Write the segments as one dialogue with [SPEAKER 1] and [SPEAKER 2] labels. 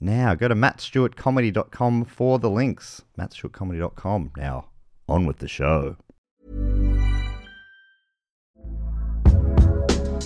[SPEAKER 1] now. Go to mattstewartcomedy.com for the links. mattstewartcomedy.com. Now, on with the show.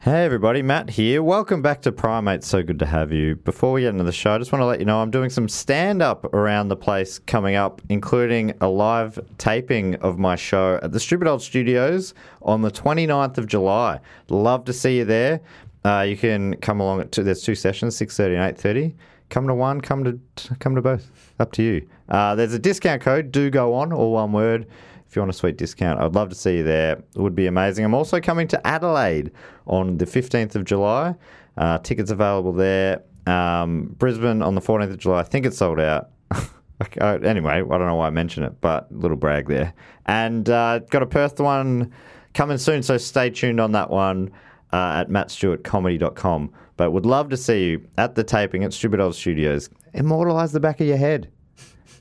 [SPEAKER 1] Hey everybody, Matt here. Welcome back to Primate. So good to have you. Before we get into the show, I just want to let you know I'm doing some stand up around the place coming up, including a live taping of my show at the Stupid Old Studios on the 29th of July. Love to see you there. Uh, you can come along at two, there's two sessions, 6:30 and 8:30. Come to one, come to come to both. Up to you. Uh, there's a discount code. Do go on, all one word if you want a sweet discount, I'd love to see you there. It would be amazing. I'm also coming to Adelaide on the 15th of July. Uh, tickets available there. Um, Brisbane on the 14th of July. I think it's sold out. Okay, uh, anyway, I don't know why I mention it, but little brag there. And uh, got a Perth one coming soon, so stay tuned on that one uh, at mattstewartcomedy.com. But would love to see you at the taping at Stupid Old Studios. Immortalize the back of your head.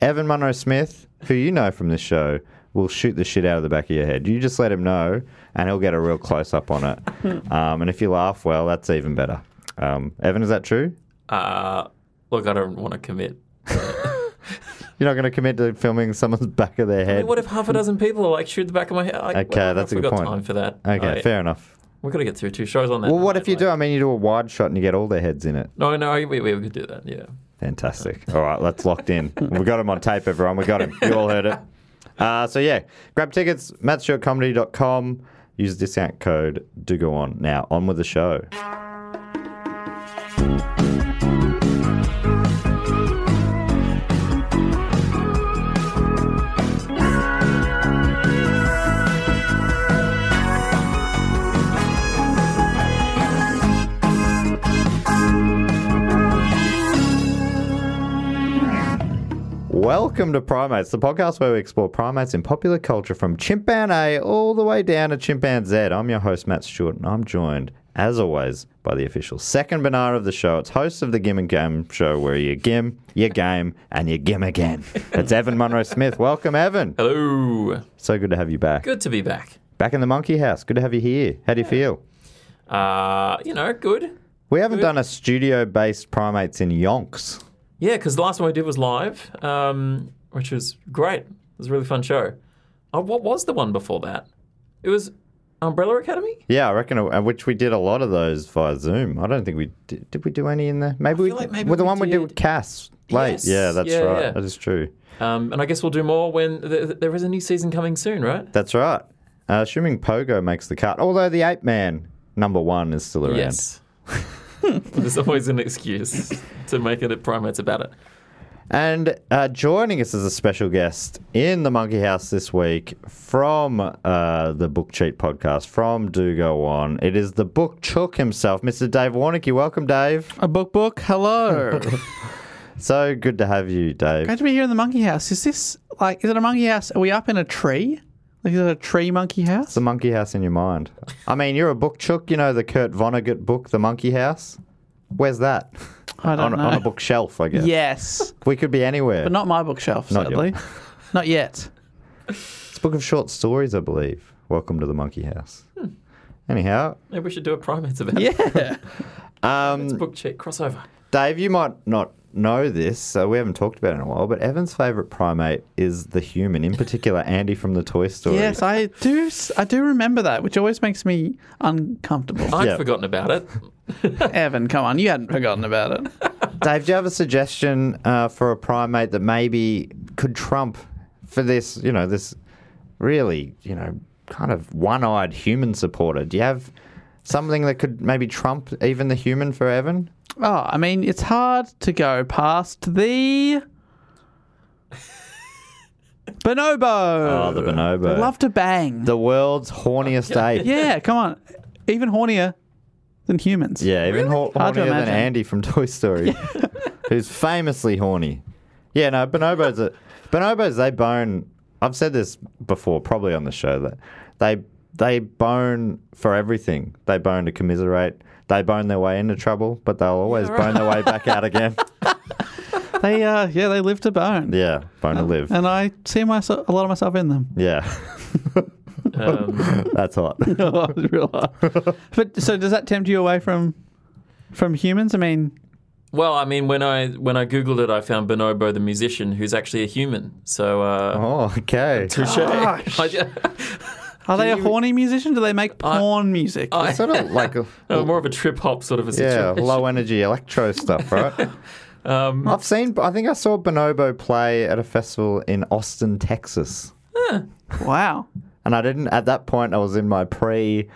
[SPEAKER 1] Evan Munro Smith, who you know from this show, will shoot the shit out of the back of your head. You just let him know, and he'll get a real close up on it. Um, and if you laugh, well, that's even better. Um, Evan, is that true?
[SPEAKER 2] Uh, look, I don't want to commit.
[SPEAKER 1] You're not going to commit to filming someone's back of their
[SPEAKER 2] Hey,
[SPEAKER 1] head.
[SPEAKER 2] what if half a dozen people are like shoot the back of my head? Like,
[SPEAKER 1] Okay,
[SPEAKER 2] well,
[SPEAKER 1] that's a
[SPEAKER 2] we
[SPEAKER 1] good
[SPEAKER 2] got
[SPEAKER 1] point.
[SPEAKER 2] time for that.
[SPEAKER 1] okay,
[SPEAKER 2] Like,
[SPEAKER 1] fair enough.
[SPEAKER 2] We've got to get through two shows on that.
[SPEAKER 1] Well, what
[SPEAKER 2] night,
[SPEAKER 1] if you
[SPEAKER 2] like-
[SPEAKER 1] do? I mean, you do a wide shot and you get all their heads in it.
[SPEAKER 2] No, no, we, we, we could do that. Yeah.
[SPEAKER 1] Fantastic. All right, that's locked in. We got him on tape, everyone. We got him. You all heard it. Uh, so, yeah, grab tickets, mattstewartcomedy.com. Use discount code do go on. Now, on with the show. Welcome to Primates, the podcast where we explore primates in popular culture from chimpan A all the way down to chimpan Z. I'm your host, Matt Stewart, and I'm joined, as always, by the official second banana of the show. It's host of the Gim and Game show where you gim, you game, and you gim again. It's Evan Munro Smith. Welcome, Evan.
[SPEAKER 2] Hello.
[SPEAKER 1] So good to have you back.
[SPEAKER 2] Good to be back.
[SPEAKER 1] Back in the monkey house. Good to have you here. How do you feel?
[SPEAKER 2] Uh, you know, good.
[SPEAKER 1] We haven't done a studio based primates in yonks.
[SPEAKER 2] Yeah, because the last one we did was live, um, which was great. It was a really fun show. Uh, what was the one before that? It was Umbrella Academy.
[SPEAKER 1] Yeah, I reckon, uh, which we did a lot of those via Zoom. I don't think we did. Did we do any in there? Maybe we.
[SPEAKER 2] feel like maybe
[SPEAKER 1] well, the
[SPEAKER 2] we
[SPEAKER 1] one we did
[SPEAKER 2] did.
[SPEAKER 1] with Cass late.
[SPEAKER 2] Yes,
[SPEAKER 1] Yeah, that's
[SPEAKER 2] yeah,
[SPEAKER 1] right.
[SPEAKER 2] yeah.
[SPEAKER 1] That is true.
[SPEAKER 2] Um, and I guess we'll do more when th- th- there is a new season coming soon, right?
[SPEAKER 1] That's right. Uh, assuming Pogo makes the cut, although the Ape Man number one is still around.
[SPEAKER 2] Yes. There's always an excuse to make it a primates about it.
[SPEAKER 1] And uh, joining us as a special guest in the Monkey House this week from uh, the Book Cheat podcast, from Do Go On, it is the Book Chook himself, Mr. Dave Warnicky. Welcome, Dave.
[SPEAKER 3] A book book. Hello.
[SPEAKER 1] So good to have you, Dave.
[SPEAKER 3] Glad to be here in the monkey house. Is this like is it a monkey house? Are we up in a tree? Like is it a tree monkey house?
[SPEAKER 1] It's the monkey house in your mind. I mean, you're a book chook. You know the Kurt Vonnegut book, The Monkey House. Where's that?
[SPEAKER 3] I don't
[SPEAKER 1] on,
[SPEAKER 3] know.
[SPEAKER 1] on a bookshelf, I guess.
[SPEAKER 3] Yes.
[SPEAKER 1] We could be anywhere.
[SPEAKER 3] but not my bookshelf,
[SPEAKER 1] Not
[SPEAKER 3] sadly.
[SPEAKER 1] your-
[SPEAKER 3] not yet.
[SPEAKER 1] it's a book of short stories, I believe. Welcome to the monkey house.
[SPEAKER 3] Hmm.
[SPEAKER 1] Anyhow, um,
[SPEAKER 2] Maybe we should do a primates about it.
[SPEAKER 3] Yeah.
[SPEAKER 2] Book check crossover.
[SPEAKER 1] Dave, you might not know this, so we haven't talked about it in a while, but Evan's favourite primate is the human, in particular Andy from the Toy Story.
[SPEAKER 3] Yes, I do. s- I do remember that, which always makes me uncomfortable.
[SPEAKER 2] I'd
[SPEAKER 1] Yeah.
[SPEAKER 2] forgotten about it.
[SPEAKER 3] Evan, come on, you hadn't forgotten about it.
[SPEAKER 1] Dave, do you have a suggestion uh, for a primate that maybe could trump for this, you know, this really, you know, kind of one eyed human supporter? Do you have something that could maybe trump even the human for Evan?
[SPEAKER 3] Oh, I mean, it's hard to go past the bonobo.
[SPEAKER 1] Oh, the bonobo.
[SPEAKER 3] They Uh, love to bang.
[SPEAKER 1] The world's horniest ape.
[SPEAKER 3] yeah, come on, even hornier than humans.
[SPEAKER 1] Yeah, even hor-
[SPEAKER 3] Hard to
[SPEAKER 1] hornier than
[SPEAKER 3] imagine.
[SPEAKER 1] Andy from Toy Story, who's famously horny. Yeah, no, bonobos. Are, bonobos they bone. I've said this before, probably on the show that they they bone for everything. They bone to commiserate. They bone their way into trouble, but they'll always bone their way back out again.
[SPEAKER 3] they uh, yeah, they live to bone.
[SPEAKER 1] Yeah, bone to live.
[SPEAKER 3] And I see myself a lot of myself in them.
[SPEAKER 1] Yeah,
[SPEAKER 2] Um,
[SPEAKER 1] that's hot.
[SPEAKER 3] Oh, Real hard. but so does that tempt you away from from humans? I mean,
[SPEAKER 2] well, I mean, when I when I googled it, I found Bonobo the musician, who's actually a human. So uh,
[SPEAKER 1] Oh, okay.
[SPEAKER 2] touche.
[SPEAKER 3] Gosh.
[SPEAKER 2] I,
[SPEAKER 3] are they a horny musician? Do they make porn music?
[SPEAKER 2] I-
[SPEAKER 1] It's sort of like a,
[SPEAKER 2] Uh, more of a trip hop sort of a
[SPEAKER 1] yeah,
[SPEAKER 2] situation.
[SPEAKER 1] low energy electro stuff, right?
[SPEAKER 2] Um,
[SPEAKER 1] I've seen. I think I saw Bonobo play at a festival in Austin, Texas,
[SPEAKER 3] wow.
[SPEAKER 1] and I didn't. At that point, I was in my pre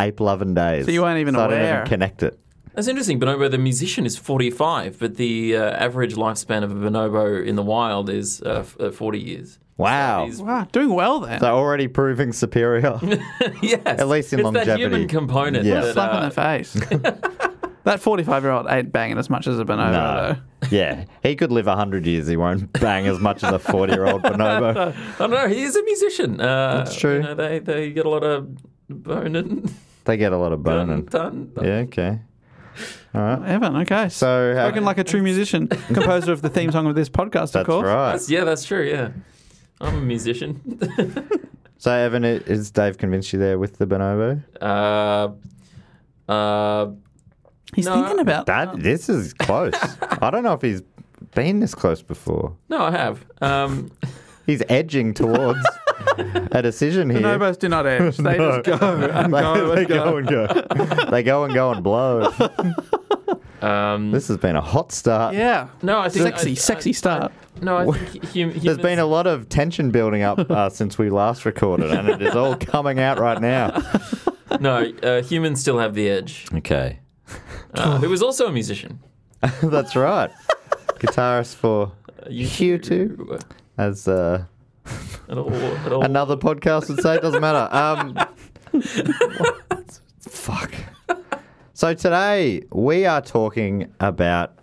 [SPEAKER 1] ape loving days.
[SPEAKER 3] So you weren't even
[SPEAKER 1] so I didn't
[SPEAKER 3] aware.
[SPEAKER 1] even connect it.
[SPEAKER 2] That's interesting. Bonobo the musician is 45, but the uh, average lifespan of a bonobo in the wild is uh, f- uh, 40 years.
[SPEAKER 1] Wow.
[SPEAKER 2] He's-
[SPEAKER 3] Wow, doing well then.
[SPEAKER 1] They're already proving superior.
[SPEAKER 2] yes.
[SPEAKER 1] At least in
[SPEAKER 2] it's that
[SPEAKER 1] longevity.
[SPEAKER 2] human component.
[SPEAKER 1] Yeah.
[SPEAKER 2] that,
[SPEAKER 3] Slap
[SPEAKER 2] uh,
[SPEAKER 3] in the face. that 45 year old ain't banging as much as a bonobo,
[SPEAKER 1] No. yeah, he could live hundred years. He won't bang as much as a forty-year-old bonobo.
[SPEAKER 2] I don't know. He is a musician. Uh,
[SPEAKER 1] That's true.
[SPEAKER 2] You know, they, they get a lot of bone and
[SPEAKER 1] They get a lot of burning.
[SPEAKER 2] done.
[SPEAKER 1] Yeah. Okay.
[SPEAKER 3] though. Evan, okay. So,
[SPEAKER 1] So how,
[SPEAKER 3] Spoken like a true musician, composer of the theme song of this podcast, of
[SPEAKER 1] that's
[SPEAKER 3] course.
[SPEAKER 1] right.
[SPEAKER 2] That's, yeah, that's true. Yeah. I'm a musician.
[SPEAKER 1] So Evan, i- is Dave convinced you there with the bonobo?
[SPEAKER 2] uh, uh,
[SPEAKER 3] He's
[SPEAKER 2] No,
[SPEAKER 3] thinking about
[SPEAKER 1] That this is close. I don't know if he's been this close before.
[SPEAKER 2] no, I have. Um,
[SPEAKER 1] He's edging towards a decision here.
[SPEAKER 3] bonobos do not edge. They just go and
[SPEAKER 1] they,
[SPEAKER 3] go
[SPEAKER 1] they
[SPEAKER 3] and go.
[SPEAKER 1] go and go. they go and go and blow.
[SPEAKER 2] um,
[SPEAKER 1] This has been a hot start.
[SPEAKER 3] Yeah.
[SPEAKER 2] no, I think
[SPEAKER 3] Sexy,
[SPEAKER 2] I-
[SPEAKER 3] sexy
[SPEAKER 2] I-
[SPEAKER 3] start.
[SPEAKER 2] No, I think hum- humans.
[SPEAKER 1] There's been a lot of tension building up uh, since we last recorded, and it is all coming out right now.
[SPEAKER 2] No, uh, humans still have the edge.
[SPEAKER 1] Okay.
[SPEAKER 2] Uh, who was also a musician.
[SPEAKER 1] That's right. Guitarist for
[SPEAKER 2] Uh, you-
[SPEAKER 1] Hugh too? as uh,
[SPEAKER 2] At all, at all.
[SPEAKER 1] another podcast would say, doesn't matter. Um, fuck. So today we are talking about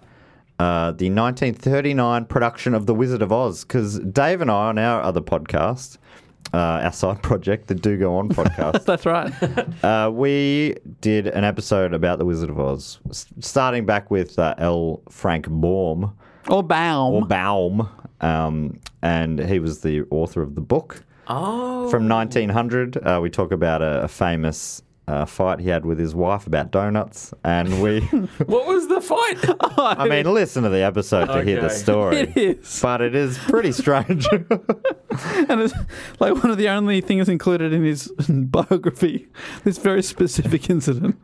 [SPEAKER 1] uh, the 1939 production of The Wizard of Oz because Dave and I on our other podcast, uh, our side project, the Do Go On podcast,
[SPEAKER 3] That's right.
[SPEAKER 1] uh, we did an episode about The Wizard of Oz, s- starting back with uh, L. Frank Baum
[SPEAKER 3] Or Baum.
[SPEAKER 1] or Baum, um, and he was the author of the book
[SPEAKER 2] oh,
[SPEAKER 1] from 1900. Uh, we talk about a, a famous uh, fight he had with his wife about donuts, and we.
[SPEAKER 2] what was the fight?
[SPEAKER 1] I mean, listen to the episode to hear the
[SPEAKER 2] Okay.
[SPEAKER 1] story.
[SPEAKER 3] It is.
[SPEAKER 1] But it is pretty strange.
[SPEAKER 3] And it's like one of the only things included in his biography, this very specific incident.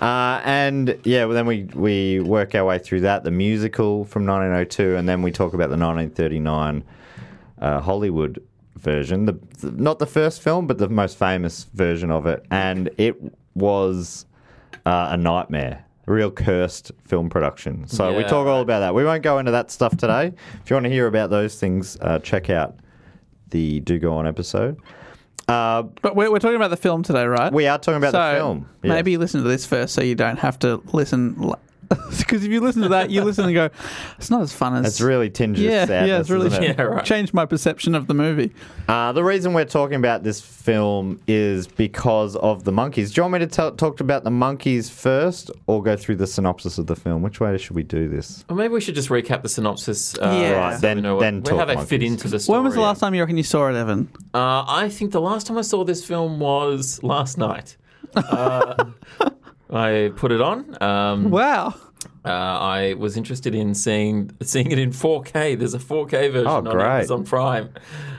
[SPEAKER 1] uh, and yeah, well, then we, we work our way through that, the musical from 1902, and then we talk about the 1939 uh, Hollywood version. The, the- not the first film, but the most famous version of it. And it was uh, a nightmare. A real cursed film production. So we
[SPEAKER 2] Yeah.
[SPEAKER 1] talk all about that. We won't go into that stuff today. If you want to hear about those things, uh, check out the Do Go On episode. Uh,
[SPEAKER 3] But we're, we're talking about the film today, right?
[SPEAKER 1] We are talking about
[SPEAKER 3] so
[SPEAKER 1] the film. yes.
[SPEAKER 3] Maybe listen to this first, so you don't have to listen. Because if you listen to that, you listen and go, "It's not as fun as."
[SPEAKER 1] it's really tinged with
[SPEAKER 3] yeah,
[SPEAKER 1] sadness.
[SPEAKER 3] yeah, it's really
[SPEAKER 1] isn't it?
[SPEAKER 2] Yeah, right.
[SPEAKER 3] changed my perception of the movie.
[SPEAKER 1] Uh, the reason we're talking about this film is because of the monkeys. Do you want me to t- talk about the monkeys first, or go through the synopsis of the film? Which way should we do this?
[SPEAKER 2] Well, maybe we should just recap the synopsis. Uh,
[SPEAKER 3] Yeah. Right,
[SPEAKER 1] then-
[SPEAKER 2] we know what-
[SPEAKER 1] then
[SPEAKER 2] where- how
[SPEAKER 1] talk
[SPEAKER 2] they fit
[SPEAKER 1] monkeys.
[SPEAKER 2] into the story.
[SPEAKER 3] When was the last time you reckon you saw it, Evan?
[SPEAKER 2] Uh, I think the last time I saw this film was last night. Uh, I put it on. Um,
[SPEAKER 3] Wow,
[SPEAKER 2] Uh, I was interested in seeing seeing it in 4K. There's a 4K version
[SPEAKER 1] Oh,
[SPEAKER 2] on
[SPEAKER 1] great.
[SPEAKER 2] Amazon Prime.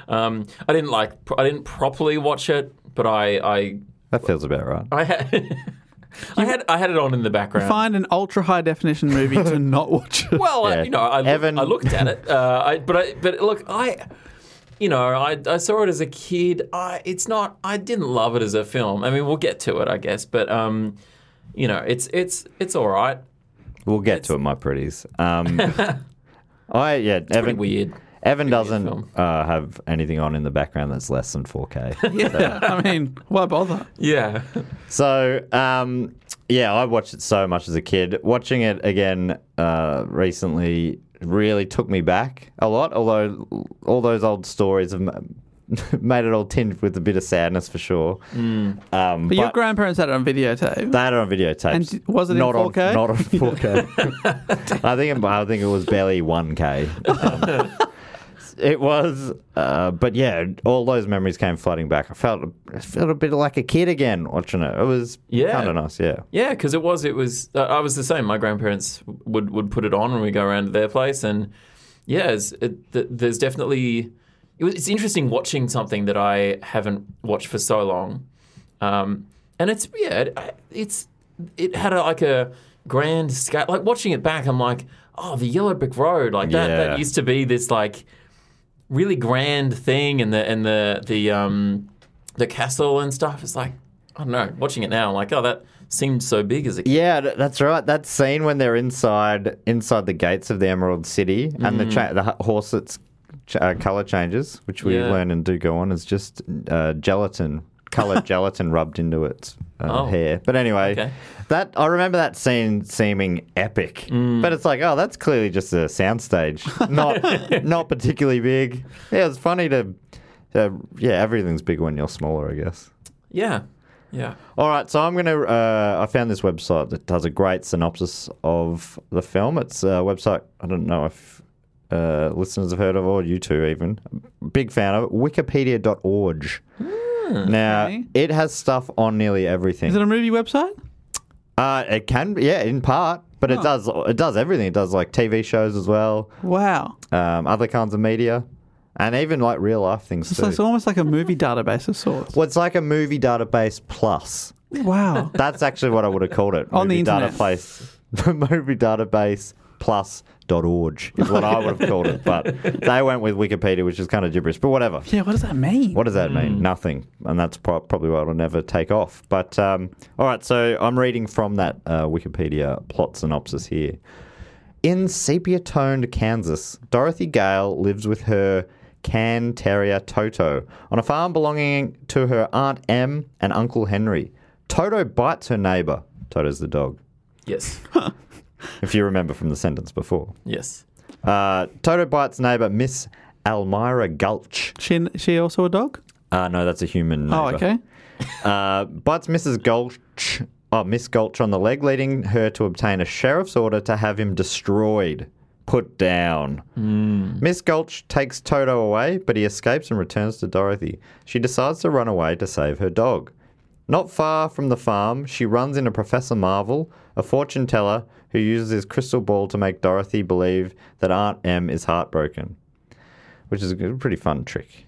[SPEAKER 2] Um, I didn't like I didn't properly watch it, but I I
[SPEAKER 1] That feels about right.
[SPEAKER 2] I had I had I had it on in the background.
[SPEAKER 3] Find an ultra high definition movie to not watch it.
[SPEAKER 2] Well, I,
[SPEAKER 1] Yeah.
[SPEAKER 2] you know, I, look-
[SPEAKER 1] Evan-
[SPEAKER 2] I looked at it, uh, I, but I, but look, I, you know, I, I saw it as a kid. I, it's not. I didn't love it as a film. I mean, we'll get to it, I guess, but um, you know, it's it's it's all right.
[SPEAKER 1] We'll get to it, my pretties. Um, I yeah, Evan.
[SPEAKER 2] Pretty weird.
[SPEAKER 1] Evan
[SPEAKER 2] film.
[SPEAKER 1] doesn't uh, have anything on in the background that's less than 4K.
[SPEAKER 3] yeah, I mean, why bother?
[SPEAKER 2] Yeah,
[SPEAKER 1] so, um, yeah, I watched it so much as a kid. Watching it again uh, recently really took me back a lot, although all those old stories have m- made it all tinged with a bit of sadness for sure. Um,
[SPEAKER 3] But, your
[SPEAKER 1] but-
[SPEAKER 3] grandparents had it on videotape.
[SPEAKER 1] They had it on videotape.
[SPEAKER 3] And d- was it in
[SPEAKER 1] not
[SPEAKER 3] 4K?
[SPEAKER 1] On, not on 4K. I think it, I think it was barely 1K. Um, it was, uh, but yeah, all those memories came flooding back. I felt I felt a bit like a kid again watching it. It was
[SPEAKER 2] Yeah.
[SPEAKER 1] kind of nice. Yeah,
[SPEAKER 2] yeah, because it was it was. Uh, I was the same. My grandparents would would put it on when we go around to their place, and yeah, it's, it, th- there's definitely. It was, it's interesting watching something that I haven't watched for so long. Um, and it's yeah, it, I- it's it had a, like a grand scale. Like watching it back, I'm like, oh, the Yellow Brick Road, like that.
[SPEAKER 1] Yeah.
[SPEAKER 2] That used to be this like really grand thing, and the and the the um the castle and stuff. It's like I don't know. Watching it now, I'm like, oh, that seemed so big as a kid.
[SPEAKER 1] yeah, th- that's right. That scene when they're inside inside the gates of the Emerald City and
[SPEAKER 2] Mm.
[SPEAKER 1] the cha- the h- horse that's ch- uh, color changes, which we
[SPEAKER 2] Yeah.
[SPEAKER 1] learn and do go on, is just uh, gelatin, colored gelatin rubbed into its uh,
[SPEAKER 2] Oh.
[SPEAKER 1] hair. But anyway,
[SPEAKER 2] Okay.
[SPEAKER 1] that I remember that scene seeming epic,
[SPEAKER 2] Mm.
[SPEAKER 1] but it's like, oh, that's clearly just a soundstage, not not particularly big. Yeah, it's funny to, uh, yeah, everything's big when you're smaller, I guess.
[SPEAKER 2] Yeah, yeah.
[SPEAKER 1] All right, so I'm gonna. Uh, I found this website that does a great synopsis of the film. It's a website I don't know if uh, listeners have heard of, or you two even. Big fan of it. Wikipedia.org. now
[SPEAKER 3] Hmm, okay.
[SPEAKER 1] it has stuff on nearly everything.
[SPEAKER 3] Is it a movie website?
[SPEAKER 1] Uh, it can, yeah, in part, but it
[SPEAKER 3] Oh.
[SPEAKER 1] does it does everything. It does like TV shows as well,
[SPEAKER 3] Wow.
[SPEAKER 1] um, other kinds of media, and even like real life things
[SPEAKER 3] It's,
[SPEAKER 1] too.
[SPEAKER 3] like- it's almost like a movie database of sorts.
[SPEAKER 1] well, it's like a movie database plus.
[SPEAKER 3] Wow.
[SPEAKER 1] That's actually what I would have called it.
[SPEAKER 3] On the
[SPEAKER 1] movie
[SPEAKER 3] internet.
[SPEAKER 1] database, movie database plus dot org is what I would have called it, but they went with Wikipedia, which is kind of gibberish. But whatever.
[SPEAKER 3] Yeah, what does that mean?
[SPEAKER 1] What does that
[SPEAKER 3] Mm.
[SPEAKER 1] mean? Nothing. And that's pro- probably why it'll never take off. But um, all right, so I'm reading from that uh, Wikipedia plot synopsis here. In sepia toned Kansas, Dorothy Gale lives with her can terrier Toto on a farm belonging to her Aunt Em and Uncle Henry. Toto bites her neighbor. Toto's the dog,
[SPEAKER 2] Yes,
[SPEAKER 1] if you remember from the sentence before.
[SPEAKER 2] yes.
[SPEAKER 1] Uh, Toto bites neighbor Miss Almira Gulch.
[SPEAKER 3] She, she also a dog?
[SPEAKER 1] Uh, no, that's a human.
[SPEAKER 3] Oh,
[SPEAKER 1] neighbor.
[SPEAKER 3] okay.
[SPEAKER 1] Uh, bites Mrs. Gulch, oh, Miss Gulch on the leg, leading her to obtain a sheriff's order to have him destroyed, put down. Miss Gulch takes Toto away, but he escapes and returns to Dorothy. She decides to run away to save her dog. Not far from the farm, she runs into Professor Marvel, a fortune teller who uses his crystal ball to make Dorothy believe that Aunt Em is heartbroken, which is a good- pretty fun trick.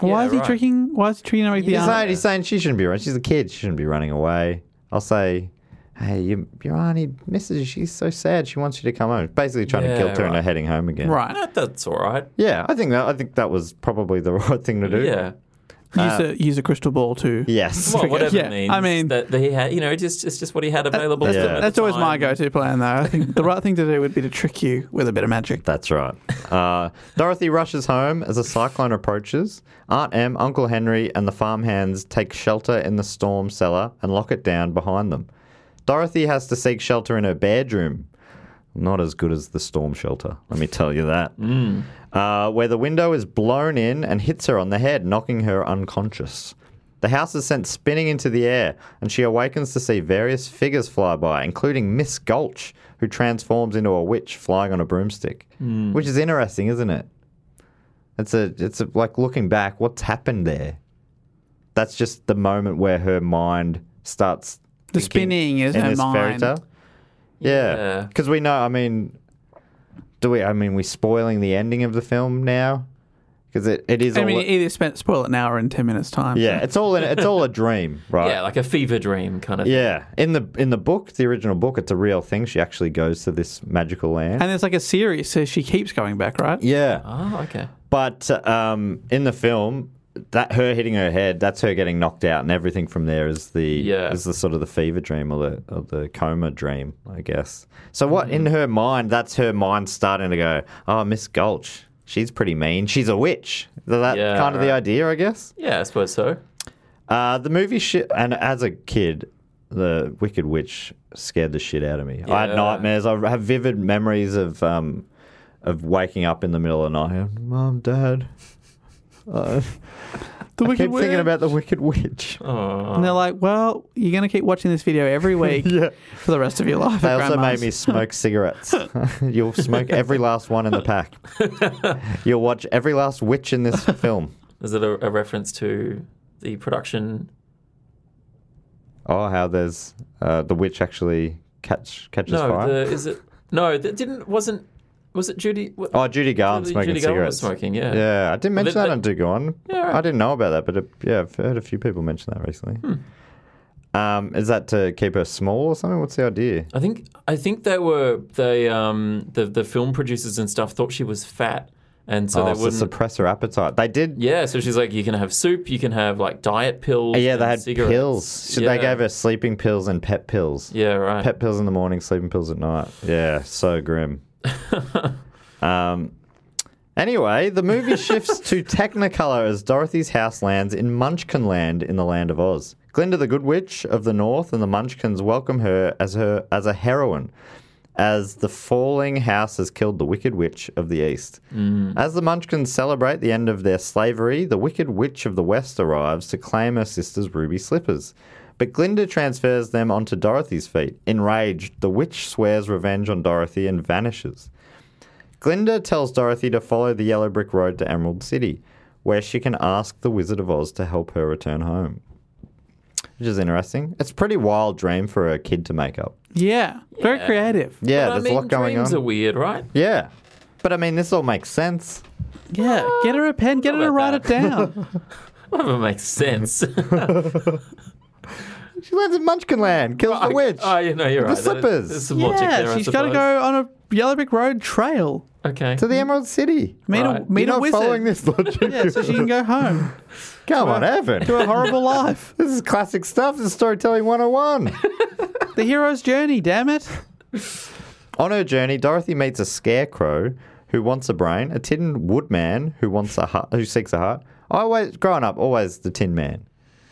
[SPEAKER 3] why
[SPEAKER 2] Yeah,
[SPEAKER 3] is he
[SPEAKER 2] right.
[SPEAKER 3] tricking? Why is he tricking her with the
[SPEAKER 1] He's
[SPEAKER 3] arm?
[SPEAKER 1] saying, he's saying she shouldn't be running. She's a kid. She shouldn't be running away. I'll say, hey, your, your auntie misses you. She's so sad. She wants you to come home. Basically trying to
[SPEAKER 2] Yeah,
[SPEAKER 1] guilt her into
[SPEAKER 2] right.
[SPEAKER 1] heading home again.
[SPEAKER 3] Right.
[SPEAKER 2] That, that's all right.
[SPEAKER 1] Yeah, I think that I think that was probably the right thing to do.
[SPEAKER 2] Yeah.
[SPEAKER 3] Use
[SPEAKER 1] Uh,
[SPEAKER 3] a use a crystal ball too.
[SPEAKER 1] Yes.
[SPEAKER 2] Well, whatever
[SPEAKER 3] Yeah,
[SPEAKER 2] it means.
[SPEAKER 3] I mean-
[SPEAKER 2] that that he had, you know, just it's just what he had available.
[SPEAKER 1] that's-
[SPEAKER 2] to him at
[SPEAKER 3] That's
[SPEAKER 2] the
[SPEAKER 3] always
[SPEAKER 2] time.
[SPEAKER 3] my go-to plan, though. I think the right thing to do would be to trick you with a bit of magic.
[SPEAKER 1] That's right. Uh, Dorothy rushes home as a cyclone approaches. Aunt Em, Uncle Henry, and the farmhands take shelter in the storm cellar and lock it down behind them. Dorothy has to seek shelter in her bedroom. Not as good as the storm shelter, let me tell you that. Uh, where the window is blown in and hits her on the head, knocking her unconscious. The house is sent spinning into the air, and she awakens to see various figures fly by, including Miss Gulch, who transforms into a witch flying on a broomstick.
[SPEAKER 3] Hmm.
[SPEAKER 1] Which is interesting, isn't it? It's a, it's a, like looking back, what's happened there? That's just the moment where her mind starts
[SPEAKER 3] The
[SPEAKER 1] thinking
[SPEAKER 3] spinning is
[SPEAKER 1] in
[SPEAKER 3] her
[SPEAKER 1] this fairy
[SPEAKER 3] mind.
[SPEAKER 1] tale. Yeah,
[SPEAKER 2] Yeah.
[SPEAKER 1] because we know. I mean, do we? I mean, we spoiling the ending of the film now because it, it is.
[SPEAKER 3] I
[SPEAKER 1] all
[SPEAKER 3] mean, either spent spoil it now or in ten minutes time.
[SPEAKER 1] yeah, it's all in, it's all a dream, right?
[SPEAKER 2] Yeah, like a fever dream kind of.
[SPEAKER 1] yeah. In the in the book, the original book, it's a real thing. She actually goes to this magical land.
[SPEAKER 3] and there's like a series, so she keeps going back, right?
[SPEAKER 1] yeah,
[SPEAKER 2] Oh, okay.
[SPEAKER 1] But um, in the film, that her hitting her head, that's her getting knocked out, and everything from there is the
[SPEAKER 2] Yeah.
[SPEAKER 1] is the sort of the fever dream or the or the coma dream, I guess. So what in her mind? That's her mind starting to go. Oh, Miss Gulch, she's pretty mean. She's a witch. Is that
[SPEAKER 2] Yeah,
[SPEAKER 1] kind of the
[SPEAKER 2] right.
[SPEAKER 1] idea, I guess.
[SPEAKER 2] Yeah, I suppose so.
[SPEAKER 1] Uh, the movie shit, and as a kid, the Wicked Witch scared the shit out of me. I had
[SPEAKER 2] Yeah.
[SPEAKER 1] nightmares. I have vivid memories of um, of waking up in the middle of the night, Mom, Dad. Uh,
[SPEAKER 3] The
[SPEAKER 1] I keep thinking
[SPEAKER 3] Wicked Witch.
[SPEAKER 1] about the Wicked Witch.
[SPEAKER 2] Oh.
[SPEAKER 3] And they're like, well, you're going to keep watching this video every week for the rest of your life.
[SPEAKER 1] They
[SPEAKER 3] at
[SPEAKER 1] also made
[SPEAKER 3] grandma's.
[SPEAKER 1] me smoke cigarettes. You'll smoke every last one in the pack. You'll watch every last witch in this film.
[SPEAKER 2] Is it a, a reference to the production?
[SPEAKER 1] Oh, how there's uh, the witch actually catch catches
[SPEAKER 2] no,
[SPEAKER 1] fire.
[SPEAKER 2] the, is it? No, that didn't. Wasn't. Was it Judy? What,
[SPEAKER 1] Oh, Judy Garland
[SPEAKER 2] Judy-
[SPEAKER 1] smoking
[SPEAKER 2] Judy Garland was
[SPEAKER 1] cigarettes.
[SPEAKER 2] smoking, yeah.
[SPEAKER 1] yeah. I didn't mention
[SPEAKER 2] Well,
[SPEAKER 1] that on Do Go On.
[SPEAKER 2] Yeah, right.
[SPEAKER 1] I didn't know about that, but it, yeah, I've heard a few people mention that recently.
[SPEAKER 2] Hmm.
[SPEAKER 1] Um, is that to keep her small or something? What's the idea?
[SPEAKER 2] I think I think they were they um the the film producers and stuff thought she was fat, and so
[SPEAKER 1] oh,
[SPEAKER 2] they
[SPEAKER 1] it's
[SPEAKER 2] wouldn't.
[SPEAKER 1] to suppress her appetite. They did.
[SPEAKER 2] yeah, so she's like, you can have soup, you can have like diet pills.
[SPEAKER 1] Yeah, they
[SPEAKER 2] and
[SPEAKER 1] had
[SPEAKER 2] cigarettes.
[SPEAKER 1] pills. So
[SPEAKER 2] yeah.
[SPEAKER 1] They gave her sleeping pills and pet pills.
[SPEAKER 2] Yeah, right.
[SPEAKER 1] Pet pills in the morning, sleeping pills at night. Yeah, so grim. um, anyway, the movie shifts to Technicolor as Dorothy's house lands in Munchkinland in the Land of Oz. Glinda the Good Witch of the North and the Munchkins welcome her as her as a heroine. As the falling house has killed the Wicked Witch of the East.
[SPEAKER 2] Mm.
[SPEAKER 1] As the Munchkins celebrate the end of their slavery, the Wicked Witch of the West arrives to claim her sister's ruby slippers. But Glinda transfers them onto Dorothy's feet. Enraged, the witch swears revenge on Dorothy and vanishes. Glinda tells Dorothy to follow the yellow brick road to Emerald City, where she can ask the Wizard of Oz to help her return home. Which is interesting. It's a pretty wild dream for a kid to make up.
[SPEAKER 3] Yeah, very creative.
[SPEAKER 1] Yeah,
[SPEAKER 2] But I
[SPEAKER 1] there's
[SPEAKER 2] mean,
[SPEAKER 1] a lot going
[SPEAKER 2] dreams
[SPEAKER 1] on.
[SPEAKER 2] are weird, right?
[SPEAKER 1] yeah. But I mean, this all makes sense.
[SPEAKER 3] Yeah, get her a pen, get her to
[SPEAKER 2] about
[SPEAKER 3] write
[SPEAKER 2] that.
[SPEAKER 3] it down.
[SPEAKER 2] Whatever makes sense.
[SPEAKER 1] She lands in Munchkinland, kills the witch.
[SPEAKER 2] Oh, you know, you're
[SPEAKER 1] The
[SPEAKER 2] right. That-
[SPEAKER 1] slippers.
[SPEAKER 2] There's some logic there,
[SPEAKER 3] yeah,
[SPEAKER 2] I
[SPEAKER 3] she's got to go on a yellow brick road trail.
[SPEAKER 2] suppose. Okay.
[SPEAKER 1] to the Emerald City.
[SPEAKER 3] Meet
[SPEAKER 2] Right.
[SPEAKER 3] a meet
[SPEAKER 1] You're
[SPEAKER 3] a
[SPEAKER 1] not
[SPEAKER 3] wizard.
[SPEAKER 1] following this logic.
[SPEAKER 3] Yeah, so she can go home
[SPEAKER 1] Come on, Evan.
[SPEAKER 3] to a horrible life.
[SPEAKER 1] This is classic stuff. This is storytelling 101.
[SPEAKER 3] The hero's journey, damn it.
[SPEAKER 1] On her journey, Dorothy meets a scarecrow who wants a brain, a tin woodman who wants a heart, who seeks a heart. I always, growing up, always the Tin Man.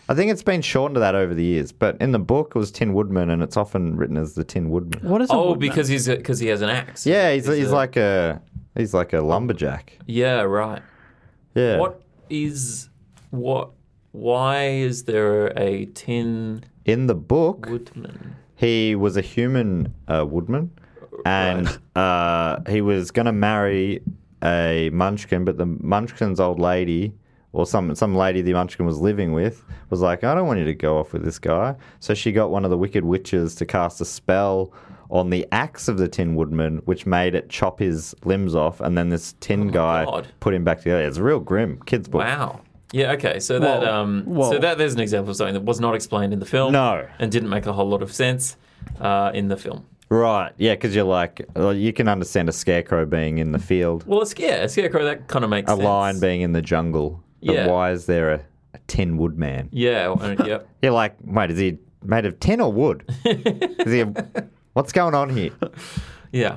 [SPEAKER 1] I think it's been shortened to that over the years, but in the book it was Tin Woodman, and it's often written as the Tin Woodman.
[SPEAKER 3] What is a
[SPEAKER 2] Oh,
[SPEAKER 3] woodman?
[SPEAKER 2] because he's because he has an axe.
[SPEAKER 1] Yeah, he's, he's, like a he's like a lumberjack.
[SPEAKER 2] Yeah, right.
[SPEAKER 1] Yeah,
[SPEAKER 2] What is what? Why is there a tin
[SPEAKER 1] in the book
[SPEAKER 2] woodman?
[SPEAKER 1] he was a human uh, woodman,
[SPEAKER 2] Oh,
[SPEAKER 1] and uh, he was going to marry a Munchkin, but the Munchkin's old lady. Or some some lady the Munchkin was living with was like, I don't want you to go off with this guy. So she got one of the wicked witches to cast a spell on the axe of the Tin Woodman, which made it chop his limbs off, and then this tin guy
[SPEAKER 2] Oh God.
[SPEAKER 1] put him back together. It's real grim kids book.
[SPEAKER 2] Wow. Yeah. Okay. So that
[SPEAKER 3] Whoa.
[SPEAKER 2] um.
[SPEAKER 3] Whoa.
[SPEAKER 2] So that there's an example of something that was not explained in the film.
[SPEAKER 1] No.
[SPEAKER 2] And didn't make a whole lot of sense, uh, in the film.
[SPEAKER 1] Right? Yeah, because you're like, well, you can understand a scarecrow being in the field.
[SPEAKER 2] Well, a scare, a scarecrow that kind of makes
[SPEAKER 1] a
[SPEAKER 2] sense.
[SPEAKER 1] lion being in the jungle. But
[SPEAKER 2] Yeah.
[SPEAKER 1] why is there a, a tin wood man?
[SPEAKER 2] Yeah. well, uh, yep.
[SPEAKER 1] You're like, wait, is he made of tin or wood? is he? A, what's going on here?
[SPEAKER 2] Yeah.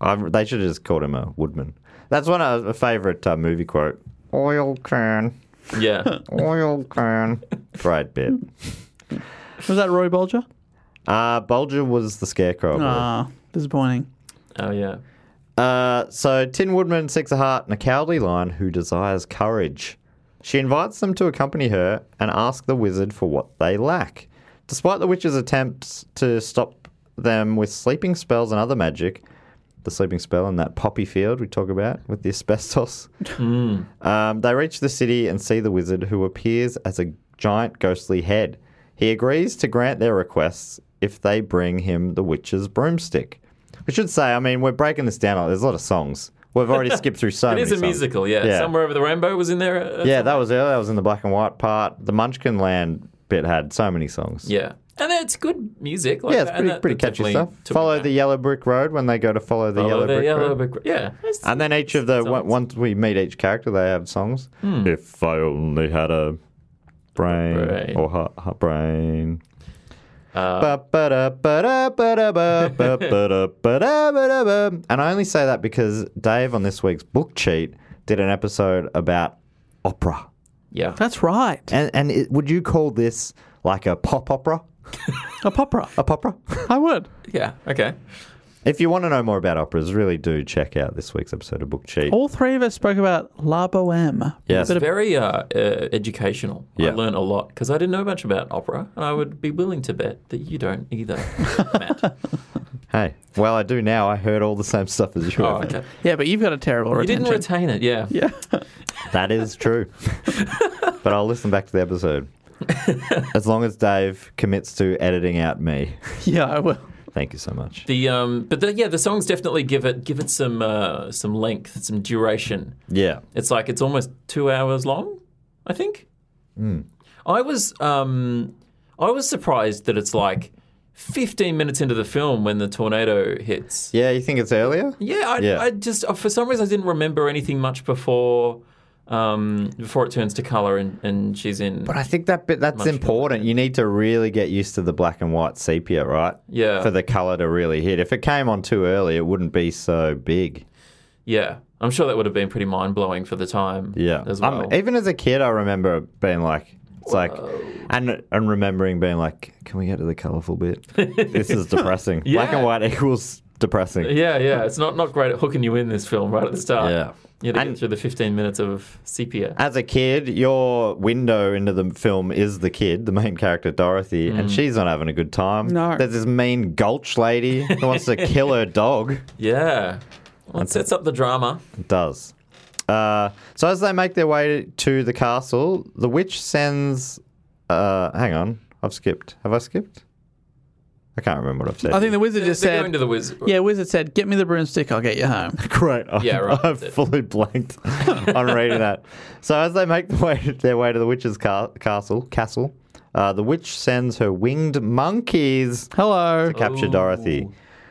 [SPEAKER 1] I, they should have just called him a woodman. That's one of a favorite uh, movie quote. Oil can,
[SPEAKER 2] Yeah.
[SPEAKER 1] oil can. Great bit.
[SPEAKER 3] was that Roy Bolger?
[SPEAKER 1] Uh, Bulger was the scarecrow. I believe.
[SPEAKER 3] Ah, disappointing.
[SPEAKER 2] oh yeah.
[SPEAKER 1] Uh, so Tin Woodman seeks a heart and a cowardly lion who desires courage. She invites them to accompany her and ask the wizard for what they lack. Despite the witch's attempts to stop them with sleeping spells and other magic, the sleeping spell in that poppy field we talk about with the asbestos, um, they reach the city and see the wizard who appears as a giant ghostly head. He agrees to grant their requests if they bring him the witch's broomstick. I should say, I mean, we're breaking this down. There's a lot of songs. We've already skipped through so
[SPEAKER 2] It
[SPEAKER 1] many
[SPEAKER 2] is a
[SPEAKER 1] songs.
[SPEAKER 2] musical, yeah.
[SPEAKER 1] Yeah.
[SPEAKER 2] Somewhere over the rainbow was in there. uh,
[SPEAKER 1] Yeah, that was earlier. That was in the black and white part. The Munchkin Land bit had so many songs.
[SPEAKER 2] yeah. And it's good music. Like
[SPEAKER 1] yeah, it's
[SPEAKER 2] that,
[SPEAKER 1] pretty,
[SPEAKER 2] and that-
[SPEAKER 1] pretty
[SPEAKER 2] that
[SPEAKER 1] catchy
[SPEAKER 2] definitely
[SPEAKER 1] stuff.
[SPEAKER 2] took me
[SPEAKER 1] Follow
[SPEAKER 2] back.
[SPEAKER 1] the yellow brick road when they go to follow the yellow brick road.
[SPEAKER 2] brick road. Yeah. It's-
[SPEAKER 1] And then each of the
[SPEAKER 2] Songs.
[SPEAKER 1] on- once we meet each character, they have songs. If I only had a brain,
[SPEAKER 2] Brain.
[SPEAKER 1] or ha- ha- brain.
[SPEAKER 2] uh,
[SPEAKER 1] Ba- ba-da, ba-da, ba-da, ba, ba- ba-da, ba-da, ba-da, ba. And I only say that because Dave on this week's book cheat did an episode about opera.
[SPEAKER 2] yeah.
[SPEAKER 3] That's right.
[SPEAKER 1] And and it, would you call this like a pop opera?
[SPEAKER 3] A pop rock.
[SPEAKER 1] A pop opera?
[SPEAKER 3] I would.
[SPEAKER 2] Yeah. Okay.
[SPEAKER 1] If you want to know more about operas, really do check out this week's episode of Book
[SPEAKER 2] Oh.
[SPEAKER 1] Cheat.
[SPEAKER 3] All three of us spoke about La Boheme.
[SPEAKER 1] Yes.
[SPEAKER 3] Bit of-
[SPEAKER 2] Very uh, uh, educational.
[SPEAKER 1] Yeah.
[SPEAKER 2] I learned a lot because I didn't know much about opera, and I would be willing to bet that you don't either, Matt.
[SPEAKER 1] Hey, well, I do now. I heard all the same stuff as you.
[SPEAKER 2] Oh,
[SPEAKER 1] have.
[SPEAKER 2] okay.
[SPEAKER 3] yeah, but you've got a terrible
[SPEAKER 2] You
[SPEAKER 3] retention.
[SPEAKER 2] didn't retain it, yeah.
[SPEAKER 3] yeah.
[SPEAKER 1] That is true. but I'll listen back to the episode. As long as Dave commits to editing out me.
[SPEAKER 3] yeah, I will.
[SPEAKER 1] Thank you so much.
[SPEAKER 2] The um, but the, yeah, the songs definitely give it give it some uh, some length, some duration.
[SPEAKER 1] Yeah.
[SPEAKER 2] It's like it's almost two hours long, I think. I was um, I was surprised that it's like fifteen minutes into the film when the tornado hits.
[SPEAKER 1] Yeah, you think it's earlier?
[SPEAKER 2] Yeah, I,
[SPEAKER 1] Yeah.
[SPEAKER 2] I just uh, for some reason I didn't remember anything much before um, before it turns to color and, and she's in.
[SPEAKER 1] But I think that bit that's
[SPEAKER 2] Much
[SPEAKER 1] important. You need to really get used to the black and white sepia, right?
[SPEAKER 2] Yeah.
[SPEAKER 1] For the color to really hit. If it came on too early, it wouldn't be so big.
[SPEAKER 2] yeah, I'm sure that would have been pretty mind blowing for the time.
[SPEAKER 1] Yeah.
[SPEAKER 2] as
[SPEAKER 1] I'm-
[SPEAKER 2] well.
[SPEAKER 1] even as a kid, I remember being like, it's like, and and remembering being like, can we get to the colorful bit? this is depressing. Black
[SPEAKER 2] Yeah.
[SPEAKER 1] and white equals depressing.
[SPEAKER 2] yeah, yeah, it's not not great at hooking you in this film right at the start.
[SPEAKER 1] Yeah.
[SPEAKER 2] you had to
[SPEAKER 1] And-
[SPEAKER 2] get through the 15 minutes of sepia.
[SPEAKER 1] as a kid, your window into the film is the kid, the main character Dorothy, and she's not having a good time.
[SPEAKER 3] No.
[SPEAKER 1] There's this mean gulch lady who wants to kill her dog.
[SPEAKER 2] Yeah, well, it sets up the drama.
[SPEAKER 1] It does. Uh, so as they make their way to the castle, the witch sends. Uh, hang on, I've skipped. Have I skipped? I can't remember what I've said.
[SPEAKER 3] I think the wizard
[SPEAKER 2] They're
[SPEAKER 3] just said.
[SPEAKER 2] going to the wizard.
[SPEAKER 3] yeah, wizard said, "Get me the broomstick. I'll get you home."
[SPEAKER 1] Great. I,
[SPEAKER 2] Yeah, right,
[SPEAKER 1] I
[SPEAKER 2] that's it.
[SPEAKER 1] fully blanked on reading that. So as they make the way, their way to the witch's ca- castle, castle, uh, the witch sends her winged monkeys
[SPEAKER 3] Hello.
[SPEAKER 1] to capture Dorothy.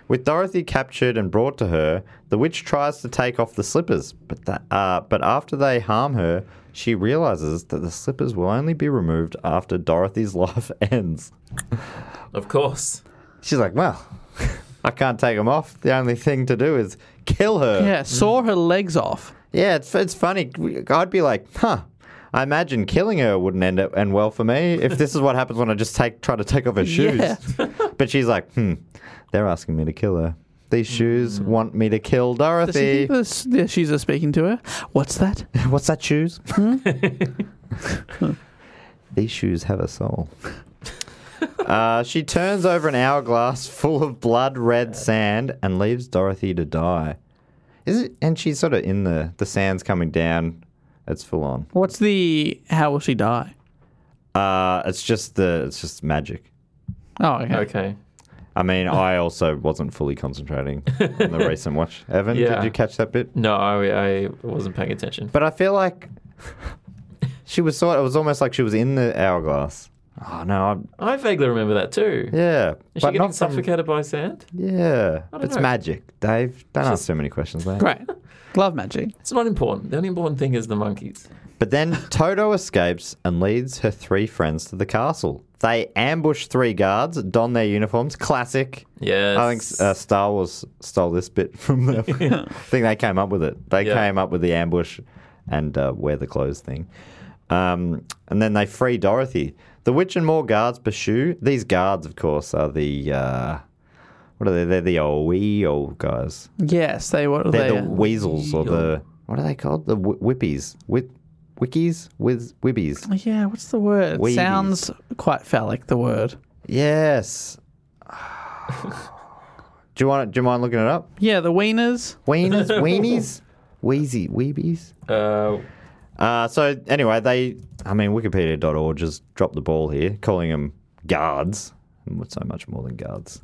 [SPEAKER 1] With Dorothy captured and brought to her, the witch tries to take off the slippers, but that, uh, but after they harm her, she realizes that the slippers will only be removed after Dorothy's life ends.
[SPEAKER 2] Of course.
[SPEAKER 1] She's like, "Well, I can't take them off. The only thing to do is kill her."
[SPEAKER 3] Yeah, saw her legs off.
[SPEAKER 1] Yeah, it's, it's funny. I'd be like, huh. I imagine killing her wouldn't end up end well for me if this is what happens when I just take try to take off her shoes.
[SPEAKER 3] Yeah.
[SPEAKER 1] but she's like, hmm, they're asking me to kill her. These shoes want me to kill
[SPEAKER 3] Hmm. Does she
[SPEAKER 1] Dorothy.
[SPEAKER 3] think this, the shoes are speaking to her? Hmm? What's that?
[SPEAKER 1] What's that shoes? These shoes have a soul. Uh, she turns over an hourglass full of blood red sand and leaves Dorothy to die. Is it? And she's sort of in the the sand's coming down. It's full on.
[SPEAKER 3] What's the? How will she die?
[SPEAKER 1] Uh, it's just the it's just magic.
[SPEAKER 3] Oh, okay.
[SPEAKER 2] Okay.
[SPEAKER 1] I mean, I also wasn't fully concentrating on the recent watch. Evan,
[SPEAKER 2] Yeah.
[SPEAKER 1] did you catch that bit?
[SPEAKER 2] No, I, I wasn't paying attention.
[SPEAKER 1] But I feel like she was sort. It was almost like she was in the hourglass. Oh no, I'm,
[SPEAKER 2] I vaguely remember that too.
[SPEAKER 1] yeah,
[SPEAKER 2] Is she
[SPEAKER 1] but
[SPEAKER 2] getting
[SPEAKER 1] not from,
[SPEAKER 2] suffocated by sand?
[SPEAKER 1] Yeah, it's
[SPEAKER 2] know.
[SPEAKER 1] magic, Dave. Don't ask so many questions, mate.
[SPEAKER 3] Great. Love magic.
[SPEAKER 2] It's not important. The only important thing is the monkeys.
[SPEAKER 1] But then Toto escapes and leads her three friends to the castle. They ambush three guards, don their uniforms. Classic.
[SPEAKER 2] Yes.
[SPEAKER 1] I think uh, Star Wars stole this bit from them. I think they came up with it. They
[SPEAKER 2] Yeah.
[SPEAKER 1] came up with the ambush and uh, wear the clothes thing. Um, and then they free Dorothy. The witch and more guards pursue. These guards, of course, are the. Uh, what are they? They're the old wee old guys.
[SPEAKER 3] Yes, they were.
[SPEAKER 1] They're
[SPEAKER 3] They,
[SPEAKER 1] the weasels or the. What are they called? The whi whippies. Whip, wickies? Whiz, wibbies.
[SPEAKER 3] Oh, yeah. What's the word?
[SPEAKER 1] Weedies.
[SPEAKER 3] Sounds quite phallic. The word.
[SPEAKER 1] Yes. do, you want, do you mind looking it up?
[SPEAKER 3] Yeah, the wieners.
[SPEAKER 1] Weenies, weenies, wheezy, weebies.
[SPEAKER 2] Uh,
[SPEAKER 1] Uh, so anyway, they, I mean, Wikipedia.org just dropped the ball here, calling them guards. and so much more than guards.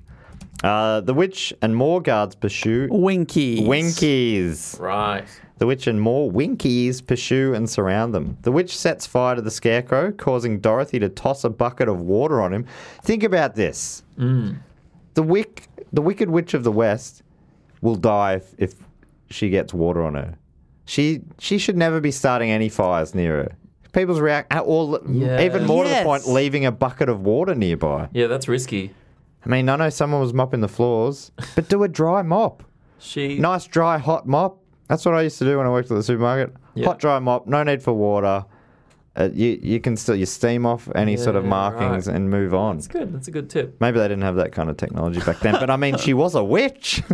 [SPEAKER 1] Uh, the witch and more guards pursue.
[SPEAKER 3] Winky.
[SPEAKER 1] Winkies.
[SPEAKER 2] Right.
[SPEAKER 1] The witch and more Winkies pursue and surround them. The witch sets fire to the scarecrow, causing Dorothy to toss a bucket of water on him. Think about this: the wick, the Wicked Witch of the West, will die if, if she gets water on her. She she should never be starting any fires near her. People's react, or
[SPEAKER 2] Yeah.
[SPEAKER 1] even more to the
[SPEAKER 3] Yes.
[SPEAKER 1] point, leaving a bucket of water nearby.
[SPEAKER 2] Yeah, that's risky.
[SPEAKER 1] I mean, I know someone was mopping the floors, but do a dry mop.
[SPEAKER 2] She.
[SPEAKER 1] Nice dry hot mop. That's what I used to do when I worked at the supermarket.
[SPEAKER 2] Yeah.
[SPEAKER 1] Hot dry mop, no need for water. Uh, you you can still you steam off any sort of
[SPEAKER 2] Yeah,
[SPEAKER 1] markings
[SPEAKER 2] right.
[SPEAKER 1] and move on.
[SPEAKER 2] That's good. That's a good tip.
[SPEAKER 1] Maybe they didn't have that kind of technology back then, but I mean, she was a witch.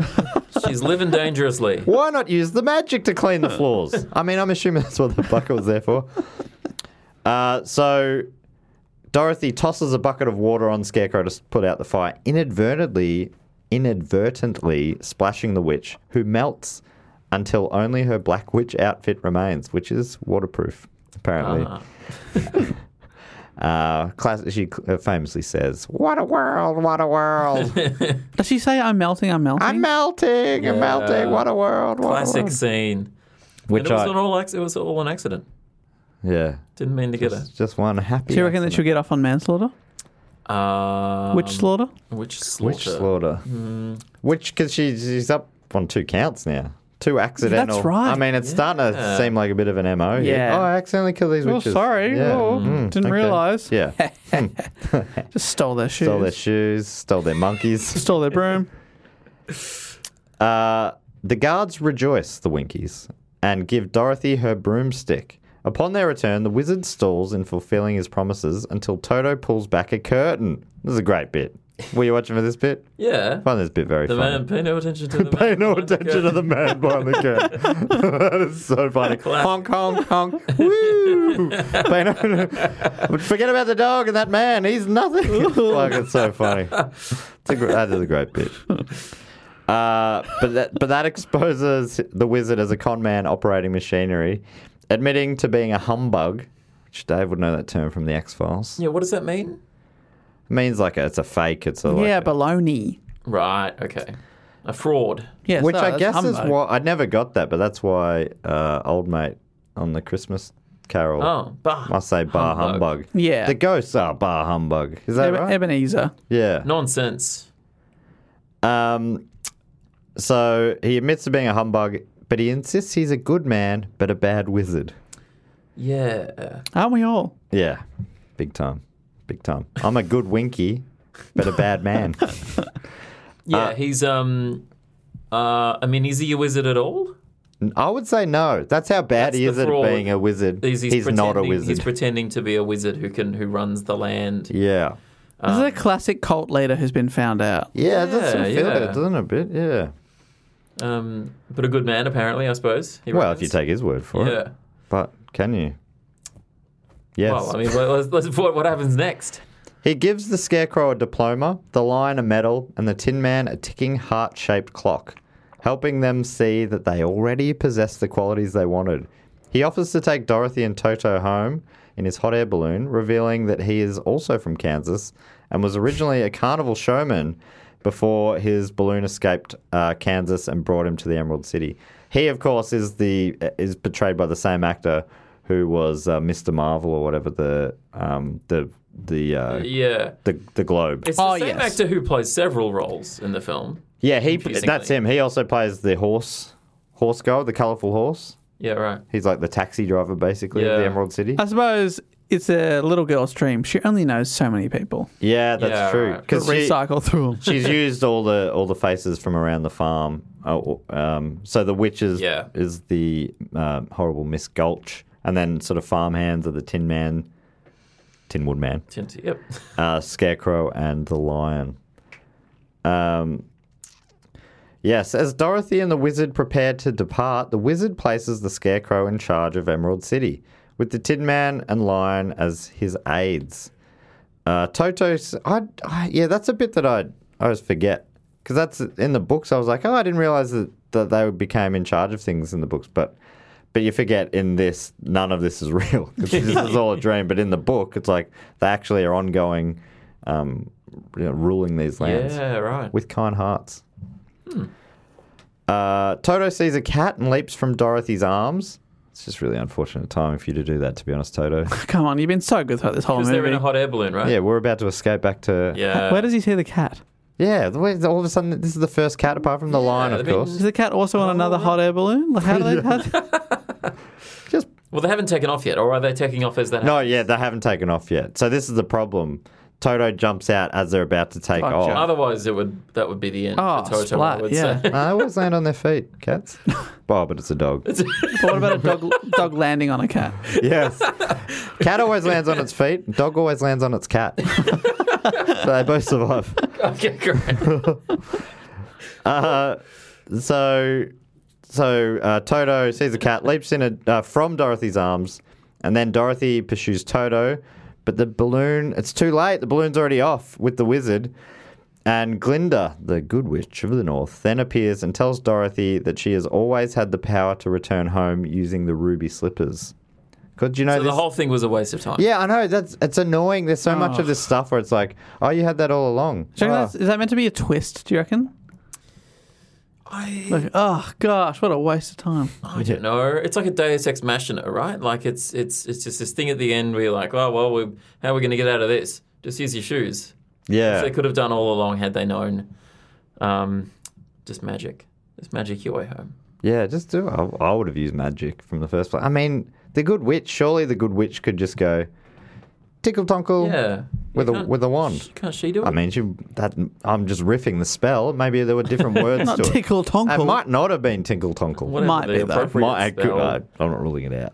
[SPEAKER 2] She's living dangerously.
[SPEAKER 1] Why not use the magic to clean the floors? I mean, I'm assuming that's what the bucket was there for. Uh, so Dorothy tosses a bucket of water on Scarecrow to s- put out the fire, inadvertently, inadvertently splashing the witch, who melts until only her black witch outfit remains, which is waterproof, apparently.
[SPEAKER 2] Ah.
[SPEAKER 1] Uh, class- she cl- uh, famously says, "What a world! What a world!
[SPEAKER 3] Does she say I'm melting? I'm melting.
[SPEAKER 1] I'm melting! I'm melting!
[SPEAKER 2] Yeah.
[SPEAKER 1] What a world! What a
[SPEAKER 2] Classic
[SPEAKER 1] world."
[SPEAKER 2] scene.
[SPEAKER 1] Which
[SPEAKER 2] and it was
[SPEAKER 1] I-
[SPEAKER 2] an all ac- it was all an accident.
[SPEAKER 1] yeah,
[SPEAKER 2] Didn't mean to get
[SPEAKER 1] It's just one happy.
[SPEAKER 3] Do you reckon that
[SPEAKER 1] accident.
[SPEAKER 3] she'll get off on manslaughter?
[SPEAKER 2] it. Um,
[SPEAKER 3] Witch slaughter?
[SPEAKER 2] Which slaughter? Hmm.
[SPEAKER 1] Which slaughter? Which because she, she's up on two counts now. Two accidental.
[SPEAKER 3] right.
[SPEAKER 1] I mean, it's starting to
[SPEAKER 2] Yeah.
[SPEAKER 1] seem like a bit of an mo. here.
[SPEAKER 3] Yeah.
[SPEAKER 1] Oh, I accidentally killed these
[SPEAKER 3] Oh,
[SPEAKER 1] witches.
[SPEAKER 3] sorry.
[SPEAKER 1] Yeah. Mm,
[SPEAKER 3] Oh, didn't realise.
[SPEAKER 1] Yeah. Hmm.
[SPEAKER 3] Just stole their shoes.
[SPEAKER 1] stole their shoes. Stole their monkeys.
[SPEAKER 3] Stole their broom.
[SPEAKER 1] Uh, the guards rejoice the Winkies and give Dorothy her broomstick. Upon their return, the wizard stalls in fulfilling his promises until Toto pulls back a curtain. This is a great bit. Were you watching for this bit?
[SPEAKER 2] Yeah.
[SPEAKER 1] I find this bit very
[SPEAKER 2] The
[SPEAKER 1] funny.
[SPEAKER 2] man. Pay no attention to the man.
[SPEAKER 1] Pay no
[SPEAKER 2] behind the
[SPEAKER 1] attention to the man behind the curtain. that is so funny. Honk, honk, honk. Woo! Pay no, but forget about the dog and that man. He's nothing. like, it's so funny. It's a, gr- that is a great bit. Uh, but, that, but that exposes the wizard as a con man operating machinery, admitting to being a humbug, which Dave would know that term from the X Files.
[SPEAKER 2] Yeah. What does that mean?
[SPEAKER 1] means like a, it's a fake. It's a like
[SPEAKER 3] yeah,
[SPEAKER 1] a-
[SPEAKER 3] baloney.
[SPEAKER 2] Right. Okay. A fraud.
[SPEAKER 3] Yes,
[SPEAKER 1] Which
[SPEAKER 3] no,
[SPEAKER 1] I
[SPEAKER 3] that's
[SPEAKER 1] guess is
[SPEAKER 3] humbug.
[SPEAKER 1] why I never got that, but that's why uh, old mate on the Christmas Carol
[SPEAKER 2] Oh, bah.
[SPEAKER 1] must say bar humbug.
[SPEAKER 3] Yeah.
[SPEAKER 1] the ghosts are bar humbug. Is that
[SPEAKER 3] Eb-
[SPEAKER 1] right?
[SPEAKER 3] Ebenezer.
[SPEAKER 1] yeah.
[SPEAKER 2] Nonsense.
[SPEAKER 1] Um, so he admits to being a humbug, but he insists he's a good man but a bad wizard. Uh,
[SPEAKER 2] Yeah.
[SPEAKER 3] Aren't we all?
[SPEAKER 1] Yeah, big time, big time. I'm a good winky, but a bad man.
[SPEAKER 2] Yeah. he's um. Uh. I mean, is he a wizard at all?
[SPEAKER 1] I would say no. That's how bad
[SPEAKER 2] That's
[SPEAKER 1] he
[SPEAKER 2] the
[SPEAKER 1] is at
[SPEAKER 2] fraud.
[SPEAKER 1] being a wizard.
[SPEAKER 2] He's, he's
[SPEAKER 1] not a
[SPEAKER 2] pretending-
[SPEAKER 1] wizard.
[SPEAKER 2] He's pretending to be a wizard who can who runs the land.
[SPEAKER 1] yeah.
[SPEAKER 3] this is a classic cult leader who's been found out.
[SPEAKER 1] Ah. Yeah, it does
[SPEAKER 2] Yeah,
[SPEAKER 1] sort of feel
[SPEAKER 2] yeah.
[SPEAKER 1] it, doesn't it? A bit, yeah.
[SPEAKER 2] Um, but a good man, apparently, I suppose. he
[SPEAKER 1] Well, if
[SPEAKER 2] reckons.
[SPEAKER 1] you take his word for
[SPEAKER 2] Yeah.
[SPEAKER 1] it. But can you? Yes.
[SPEAKER 2] Well, I mean, well, let's, let's, what, what happens next?
[SPEAKER 1] he gives the scarecrow a diploma, the lion a medal, and the tin man a ticking heart shaped clock, helping them see that they already possess the qualities they wanted. He offers to take Dorothy and Toto home in his hot air balloon, revealing that he is also from Kansas and was originally a carnival showman before his balloon escaped uh, Kansas and brought him to the Emerald City. He, of course, is the is portrayed by the same actor who was uh, Mr. Marvel or whatever the um, the the uh,
[SPEAKER 2] Yeah.
[SPEAKER 1] the the Globe.
[SPEAKER 2] It's the
[SPEAKER 3] Oh,
[SPEAKER 2] same
[SPEAKER 3] yes.
[SPEAKER 2] actor who plays several roles in the film.
[SPEAKER 1] yeah, he
[SPEAKER 2] confusingly.
[SPEAKER 1] that's him. He also plays the horse horse guy, the colorful horse.
[SPEAKER 2] Yeah, right.
[SPEAKER 1] He's like the taxi driver basically of the
[SPEAKER 2] Yeah.
[SPEAKER 1] Emerald City.
[SPEAKER 3] I suppose it's a little girl's dream. She only knows so many people.
[SPEAKER 1] Yeah, that's
[SPEAKER 2] Yeah,
[SPEAKER 1] true.
[SPEAKER 2] right.
[SPEAKER 1] Because
[SPEAKER 3] Recycle through them.
[SPEAKER 1] she's used all the all the faces from around the farm. Oh, um, so the witch is,
[SPEAKER 2] Yeah.
[SPEAKER 1] is the um horrible Miss Gulch, and then sort of farmhands are the Tin Man, Tin Woodman,
[SPEAKER 2] Tinty. Yep.
[SPEAKER 1] uh, Scarecrow, and the Lion. Um, yes, as Dorothy and the Wizard prepare to depart, the Wizard places the Scarecrow in charge of Emerald City, with the Tin Man and Lion as his aides. Uh, Toto's, I, I, yeah, that's a bit that I, I always forget because that's in the books. I was like, oh, I didn't realize that, that they became in charge of things in the books, but but you forget in this, none of this is real. 'Cause this is all a dream. But in the book, it's like they actually are ongoing um, you know, ruling these lands
[SPEAKER 2] Yeah, right.
[SPEAKER 1] with kind hearts. Uh, Toto sees a cat and leaps from Dorothy's arms. It's just really unfortunate timing for you to do that, to be honest, Toto.
[SPEAKER 3] Come on, you've been so good throughout this whole
[SPEAKER 2] Because
[SPEAKER 3] movie.
[SPEAKER 2] they're in a hot air balloon, right?
[SPEAKER 1] yeah, we're about to escape back to.
[SPEAKER 2] Yeah.
[SPEAKER 3] Where does he see the cat?
[SPEAKER 1] Yeah, the way- all of a sudden, this is the first cat apart from the lion,
[SPEAKER 2] I
[SPEAKER 1] of
[SPEAKER 2] mean-
[SPEAKER 1] course.
[SPEAKER 3] Is the cat also
[SPEAKER 1] Oh.
[SPEAKER 3] on another hot air balloon? Like how do they? How do-
[SPEAKER 1] Just
[SPEAKER 2] well, they haven't taken off yet, or are they taking off as that?
[SPEAKER 1] No, yeah, they haven't taken off yet. So this is the problem. Toto jumps out as they're about to take
[SPEAKER 3] Gotcha.
[SPEAKER 1] off.
[SPEAKER 2] Otherwise, it would that would be the end
[SPEAKER 3] Oh,
[SPEAKER 2] for Toto.
[SPEAKER 3] splat,
[SPEAKER 2] I would
[SPEAKER 3] yeah.
[SPEAKER 2] say.
[SPEAKER 1] Uh, I always land on their feet, cats. Oh, but it's a dog.
[SPEAKER 3] But what about a dog dog landing on a cat?
[SPEAKER 1] yes. Cat always lands on its feet. Dog always lands on its cat. so they both survive.
[SPEAKER 2] okay, great.
[SPEAKER 1] Uh, so, so uh, Toto sees the cat, leaps in a, uh, from Dorothy's arms, and then Dorothy pursues Toto. But the balloon, it's too late. The balloon's already off with the wizard. And Glinda, the good witch of the north, then appears and tells Dorothy that she has always had the power to return home using the ruby slippers. Could you know
[SPEAKER 2] So the
[SPEAKER 1] this?
[SPEAKER 2] whole thing was a waste of time.
[SPEAKER 1] yeah, I know that's it's annoying. There's so much of this stuff where it's like, oh, you had that all along.
[SPEAKER 3] Do you reckon
[SPEAKER 1] Oh.
[SPEAKER 3] that's- Is that meant to be a twist? Do you reckon?
[SPEAKER 2] I,
[SPEAKER 3] Like, oh gosh, what a waste of time.
[SPEAKER 2] I don't know. It's like a Deus Ex Machina, right? Like it's it's it's just this thing at the end where you're like, oh well, we, how are we going to get out of this? Just use your shoes.
[SPEAKER 1] Yeah,
[SPEAKER 2] They could have done all along had they known. Um, just magic. Just magic your way home.
[SPEAKER 1] Yeah, just do. I, I would have used magic from the first place. I mean, the good witch. Surely the good witch could just go tickle tonkle
[SPEAKER 2] Yeah.
[SPEAKER 1] with
[SPEAKER 2] You
[SPEAKER 1] a
[SPEAKER 2] can't-
[SPEAKER 1] with a wand.
[SPEAKER 2] sh- Can't she do it?
[SPEAKER 1] I mean, she, that I'm just riffing the spell. Maybe there were different words
[SPEAKER 3] Not
[SPEAKER 1] to it.
[SPEAKER 3] tickle
[SPEAKER 1] It
[SPEAKER 3] tonkle.
[SPEAKER 1] might not have been tinkle tonkle.
[SPEAKER 2] Whatever
[SPEAKER 3] might
[SPEAKER 2] the
[SPEAKER 3] be, though.
[SPEAKER 2] appropriate
[SPEAKER 1] Might- I could-
[SPEAKER 2] spell.
[SPEAKER 1] I- I'm not ruling it out.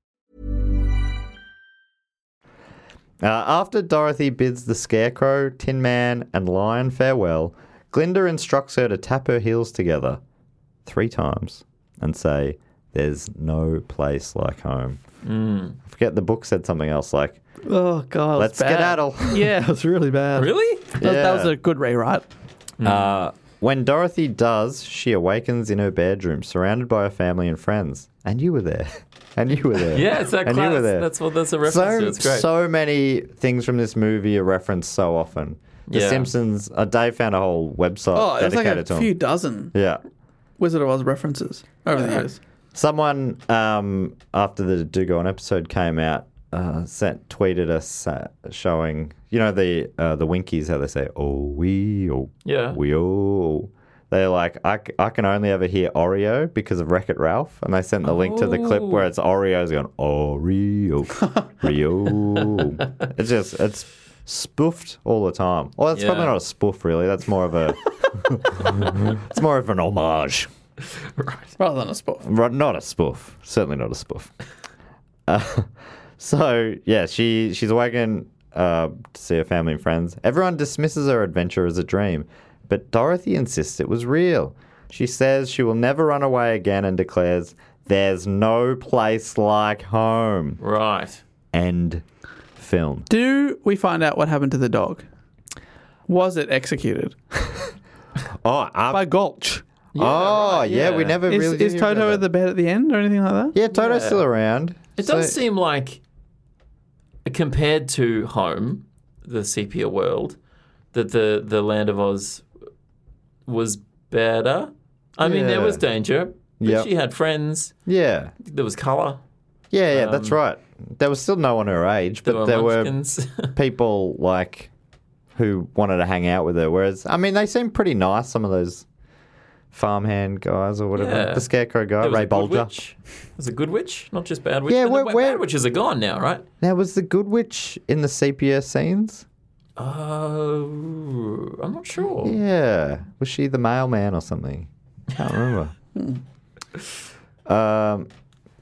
[SPEAKER 1] Uh, after Dorothy bids the Scarecrow, Tin Man, and Lion farewell, Glinda instructs her to tap her heels together three times and say, There's no place like home.
[SPEAKER 2] Mm.
[SPEAKER 1] I forget the book said something else like,
[SPEAKER 3] Oh god,
[SPEAKER 1] Let's
[SPEAKER 3] that's bad.
[SPEAKER 1] skedaddle.
[SPEAKER 3] Yeah, it was really bad.
[SPEAKER 2] Really?
[SPEAKER 3] That, that
[SPEAKER 1] Yeah.
[SPEAKER 3] was a good rewrite.
[SPEAKER 1] Uh, when Dorothy does, she awakens in her bedroom, surrounded by her family and friends. And you were there. And you were there.
[SPEAKER 2] Yeah, it's that
[SPEAKER 1] and you were
[SPEAKER 2] class.
[SPEAKER 1] there.
[SPEAKER 2] That's what that's a reference to.
[SPEAKER 1] so,
[SPEAKER 2] It's great.
[SPEAKER 1] so many things from this movie are referenced so often. The
[SPEAKER 2] Yeah.
[SPEAKER 1] Simpsons, uh, Dave found a whole website
[SPEAKER 3] Oh, it was like
[SPEAKER 1] dedicated
[SPEAKER 3] a
[SPEAKER 1] to
[SPEAKER 3] few
[SPEAKER 1] them.
[SPEAKER 3] dozen
[SPEAKER 1] Yeah.
[SPEAKER 3] Wizard of Oz references over the years.
[SPEAKER 1] Someone, um, after the Do Go On episode came out, uh, sent tweeted us uh, showing, you know, the uh, the Winkies, how they say, oh, we, oh,
[SPEAKER 2] Yeah.
[SPEAKER 1] we, oh. They're like, I, c- I can only ever hear Oreo because of Wreck It Ralph. And they sent the link to the clip where it's Oreos going, Oreo, Rio. It's just, it's spoofed all the time. Well, it's probably
[SPEAKER 2] Yeah.
[SPEAKER 1] not a spoof, really. That's more of a, it's more of an homage.
[SPEAKER 3] Rather than a sport.
[SPEAKER 1] Right, not a spoof. Certainly not a spoof. Uh, so yeah, she she's awakened uh, to see her family and friends. Everyone dismisses her adventure as a dream, but Dorothy insists it was real. She says she will never run away again and declares, "There's no place like home."
[SPEAKER 2] right.
[SPEAKER 1] End film.
[SPEAKER 3] Do we find out what happened to the dog? Was it executed
[SPEAKER 1] Oh, up-
[SPEAKER 3] by Gulch?
[SPEAKER 1] oh yeah, we
[SPEAKER 2] yeah.
[SPEAKER 1] never
[SPEAKER 3] Is,
[SPEAKER 1] really.
[SPEAKER 3] is
[SPEAKER 1] did hear about
[SPEAKER 3] Toto
[SPEAKER 1] that.
[SPEAKER 3] at the bed at the end or anything like that?
[SPEAKER 1] Yeah, Toto's
[SPEAKER 2] Yeah.
[SPEAKER 1] still around.
[SPEAKER 2] It
[SPEAKER 1] So-
[SPEAKER 2] does seem like, compared to home, the sepia world, that the the land of Oz was better. I mean, there
[SPEAKER 1] Yeah.
[SPEAKER 2] was danger, but
[SPEAKER 1] Yep.
[SPEAKER 2] she had friends.
[SPEAKER 1] Yeah.
[SPEAKER 2] There was color.
[SPEAKER 1] Yeah, yeah,
[SPEAKER 2] Um,
[SPEAKER 1] that's right. There was still no one her age,
[SPEAKER 2] There
[SPEAKER 1] but
[SPEAKER 2] were
[SPEAKER 1] there were
[SPEAKER 2] munchkins.
[SPEAKER 1] people like who wanted to hang out with her. Whereas, I mean, they seem pretty nice. Some of those farmhand guys or whatever,
[SPEAKER 2] Yeah.
[SPEAKER 1] the scarecrow guy,
[SPEAKER 2] There was
[SPEAKER 1] Ray
[SPEAKER 2] a good
[SPEAKER 1] Bolger.
[SPEAKER 2] witch. There was a good witch, not just bad witch.
[SPEAKER 1] Yeah,
[SPEAKER 2] And the
[SPEAKER 1] where-
[SPEAKER 2] wa-
[SPEAKER 1] where-
[SPEAKER 2] bad witches are gone now, right?
[SPEAKER 1] Now, was the good witch in the sepia scenes?
[SPEAKER 2] Oh, I'm not sure.
[SPEAKER 1] Yeah, was she the mailman or something? Can't remember. um,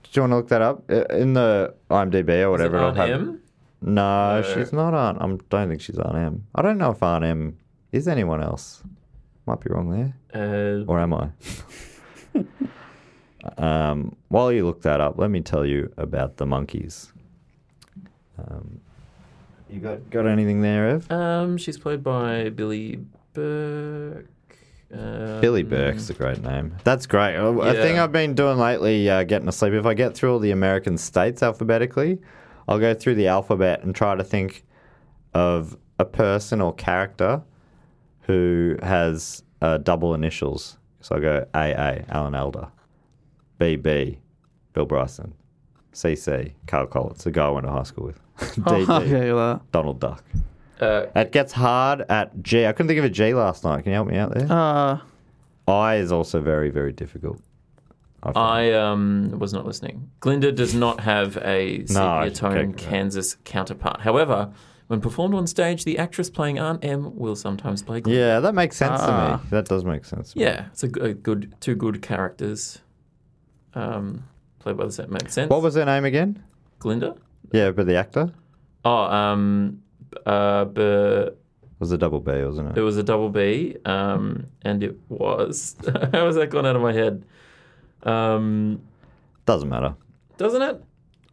[SPEAKER 1] do you want to look that up Uh, in the IMDb or
[SPEAKER 2] Is it
[SPEAKER 1] whatever?
[SPEAKER 2] on
[SPEAKER 1] I'll have-
[SPEAKER 2] him?
[SPEAKER 1] No, she's not Aunt. I don't think she's Aunt M. I don't know if Aunt M is anyone else. Might be wrong there.
[SPEAKER 2] Uh,
[SPEAKER 1] Or am I? um, while you look that up, let me tell you about the monkeys. Um, you got got anything there, Ev?
[SPEAKER 2] um, she's played by Billy Burke. Uh,
[SPEAKER 1] Billy Burke's a great name. That's great. Oh, A thing
[SPEAKER 2] Yeah.
[SPEAKER 1] I've been doing lately, uh, getting asleep. If I get through all the American states alphabetically, I'll go through the alphabet and try to think of a person or character who has uh, double initials. So I go AA, Alan Elder, BB, Bill Bryson, CC, Carl Collins, the guy I went to high school with, DD,
[SPEAKER 3] Oh, okay, well,
[SPEAKER 1] Donald Duck.
[SPEAKER 2] Uh,
[SPEAKER 1] It gets hard at G. I couldn't think of a G last night. Can you help me out there?
[SPEAKER 3] uh, uh,
[SPEAKER 1] I is also very, very difficult. I found.
[SPEAKER 2] I um, was not listening. Glinda does not have a
[SPEAKER 1] No,
[SPEAKER 2] sepia tone
[SPEAKER 1] okay, right.
[SPEAKER 2] Kansas counterpart. However, when performed on stage, the actress playing Aunt M will sometimes play Glinda.
[SPEAKER 1] yeah, that makes sense to
[SPEAKER 3] Ah.
[SPEAKER 1] me. That does make sense. to me.
[SPEAKER 2] Yeah, it's a, g- a good two good characters. Um, played by the same makes sense.
[SPEAKER 1] What was her name again?
[SPEAKER 2] Glinda?
[SPEAKER 1] Yeah, but the actor
[SPEAKER 2] Oh, um, uh, but
[SPEAKER 1] It was a double B, wasn't
[SPEAKER 2] it
[SPEAKER 1] it?
[SPEAKER 2] was a double B, um, and it was. How has that gone out of my head? Um,
[SPEAKER 1] Doesn't matter.
[SPEAKER 2] doesn't it?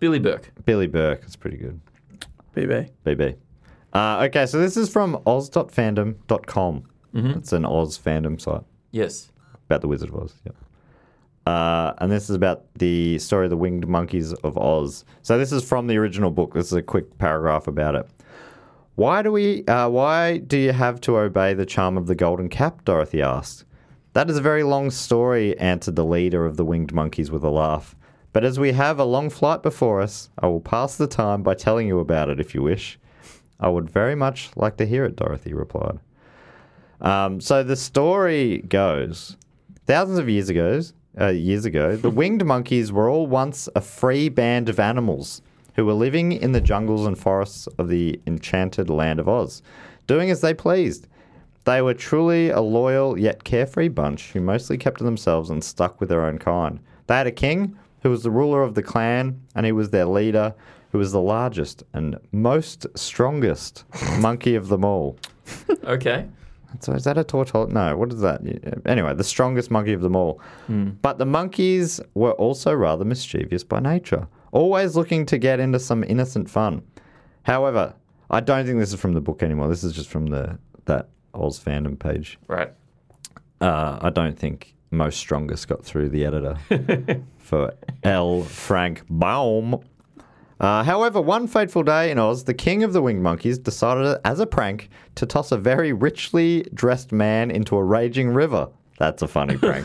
[SPEAKER 2] Billy Burke.
[SPEAKER 1] Billy Burke is pretty good.
[SPEAKER 3] BB.
[SPEAKER 1] BB. Uh, okay, so this is from oz.fandom.com. It's an Oz fandom site
[SPEAKER 2] Yes.
[SPEAKER 1] about the Wizard of Oz. Yep. Uh, and this is about the story of the winged monkeys of Oz. So this is from the original book. This is a quick paragraph about it. Why do we? Uh, why do you have to obey the charm of the golden cap? Dorothy asked. That is a very long story, answered the leader of the winged monkeys with a laugh. But as we have a long flight before us, I will pass the time by telling you about it if you wish. I would very much like to hear it, Dorothy replied. Um, so the story goes, thousands of years ago, uh, years ago, the winged monkeys were all once a free band of animals who were living in the jungles and forests of the enchanted land of Oz, doing as they pleased. They were truly a loyal yet carefree bunch who mostly kept to themselves and stuck with their own kind. They had a king who was the ruler of the clan, and he was their leader, who was the largest and most strongest monkey of them all.
[SPEAKER 2] Okay.
[SPEAKER 1] So is that a tortoise? No, what is that? Anyway, the strongest monkey of them all. But the monkeys were also rather mischievous by nature, always looking to get into some innocent fun. However, I don't think this is from the book anymore. This is just from the that Oz fandom page.
[SPEAKER 2] Right.
[SPEAKER 1] Uh, I don't think most strongest got through the editor for L. Frank Baum. Uh, however, one fateful day in Oz, the king of the winged monkeys decided, as a prank, to toss a very richly dressed man into a raging river. That's a funny prank.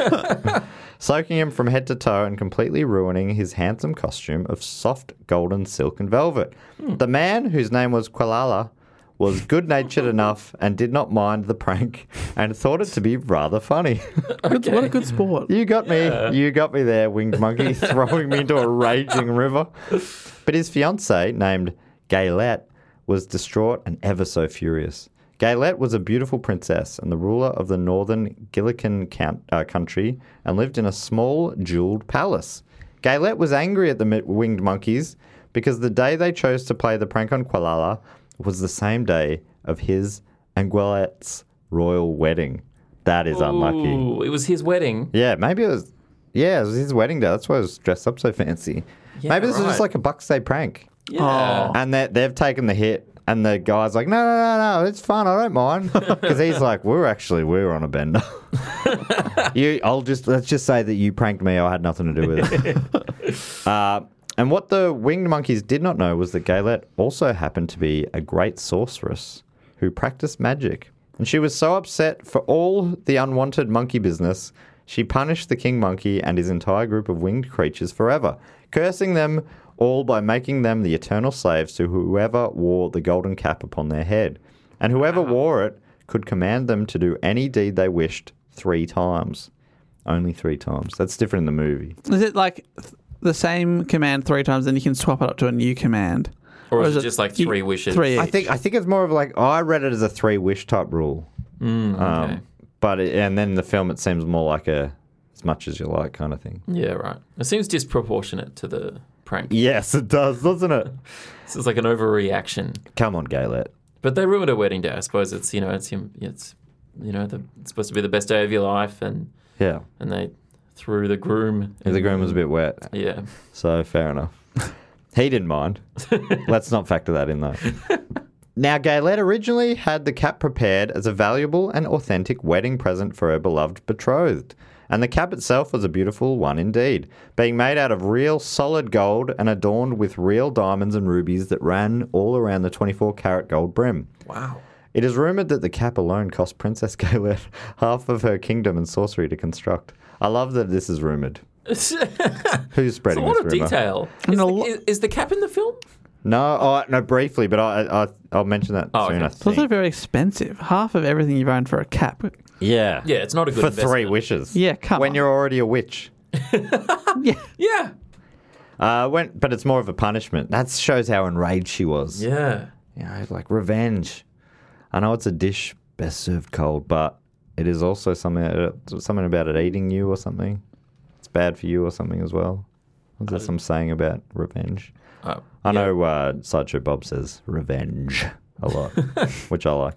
[SPEAKER 1] Soaking him from head to toe and completely ruining his handsome costume of soft golden silk and velvet. The man, whose name was Quilala, was good natured enough and did not mind the prank and thought it to be rather funny.
[SPEAKER 3] Good, What a good sport.
[SPEAKER 1] You got me. You got me there, winged monkey, throwing me into a raging river. But his fiancée, named Gaylette, was distraught and ever so furious. Gaylette was a beautiful princess and the ruler of the northern Gillikin count, uh, country and lived in a small jeweled palace. Gaylette was angry at the mi- winged monkeys because the day they chose to play the prank on Kualala was the same day of his and Guilette's royal wedding. That is unlucky.
[SPEAKER 2] Ooh, it was his wedding.
[SPEAKER 1] Yeah, maybe it was. Yeah, it was his wedding day. That's why I was dressed up so fancy. maybe this was just
[SPEAKER 2] right.
[SPEAKER 1] like a Bucks Day prank,
[SPEAKER 2] Yeah.
[SPEAKER 1] and that they've taken the hit. And the guy's like, no, no, no, no, it's fun. I don't mind. Because he's like, we're actually, we're on a bender. you, I'll just, let's just say that you pranked me. I had nothing to do with it. Uh, and what the winged monkeys did not know was that Galette also happened to be a great sorceress who practiced magic. And she was so upset for all the unwanted monkey business, she punished the king monkey and his entire group of winged creatures forever, cursing them all by making them the eternal slaves to whoever wore the golden cap upon their head. And whoever wore it could command them to do any deed they wished three times. Only three times. That's different in the movie.
[SPEAKER 3] Is it like th- the same command three times, then you can swap it up to a new command?
[SPEAKER 2] Or is
[SPEAKER 3] Oh. is
[SPEAKER 2] it
[SPEAKER 3] it-
[SPEAKER 2] just like
[SPEAKER 3] you-
[SPEAKER 2] three wishes?
[SPEAKER 3] Three.
[SPEAKER 1] I think I think it's more of like oh, I read it as a three wish type rule,
[SPEAKER 2] Okay.
[SPEAKER 1] but it, and then in the film it seems more like a as much as you like kind of thing.
[SPEAKER 2] Yeah, right. It seems disproportionate to the prank.
[SPEAKER 1] Yes, it does, doesn't it?
[SPEAKER 2] This is like an overreaction.
[SPEAKER 1] Come on, Gaylet.
[SPEAKER 2] But they ruined her wedding day. I suppose it's you know it's him. It's you know the, it's supposed to be the best day of your life, and
[SPEAKER 1] Yeah.
[SPEAKER 2] and they threw the groom.
[SPEAKER 1] The groom was a bit wet,
[SPEAKER 2] Yeah.
[SPEAKER 1] so fair enough. He didn't mind. Let's not factor that in, though. Now, Gaylet originally had the cap prepared as a valuable and authentic wedding present for her beloved betrothed. And the cap itself was a beautiful one indeed, being made out of real solid gold and adorned with real diamonds and rubies that ran all around the 24 karat gold brim.
[SPEAKER 2] Wow.
[SPEAKER 1] It is rumored that the cap alone cost Princess Gaylet half of her kingdom and sorcery to construct. I love that this is rumored.
[SPEAKER 2] it's a
[SPEAKER 1] Who's spreading
[SPEAKER 2] lot of
[SPEAKER 1] this rumor?
[SPEAKER 2] detail. Is
[SPEAKER 3] a
[SPEAKER 2] the,
[SPEAKER 3] lo-
[SPEAKER 2] is, is the cap in the film?
[SPEAKER 1] No, oh, no, briefly, but I, I, I'll mention that
[SPEAKER 2] Oh,
[SPEAKER 1] soon.
[SPEAKER 2] okay.
[SPEAKER 1] I
[SPEAKER 3] It's also
[SPEAKER 1] think.
[SPEAKER 3] very expensive. Half of everything you've owned for a cap.
[SPEAKER 1] Yeah,
[SPEAKER 2] Yeah, it's not a good
[SPEAKER 1] for
[SPEAKER 2] investment.
[SPEAKER 1] three wishes.
[SPEAKER 3] Yeah, come
[SPEAKER 1] when
[SPEAKER 3] on.
[SPEAKER 1] you're already a witch.
[SPEAKER 2] Yeah.
[SPEAKER 1] Uh, when, but it's more of a punishment. That shows how enraged she was.
[SPEAKER 2] Yeah.
[SPEAKER 1] You know, like revenge. I know it's a dish best served cold, but it is also something uh, something about it eating you or something. It's bad for you or something as well. Was there some saying about revenge?
[SPEAKER 2] Oh.
[SPEAKER 1] I know uh, Sideshow Bob says revenge a lot, which I like.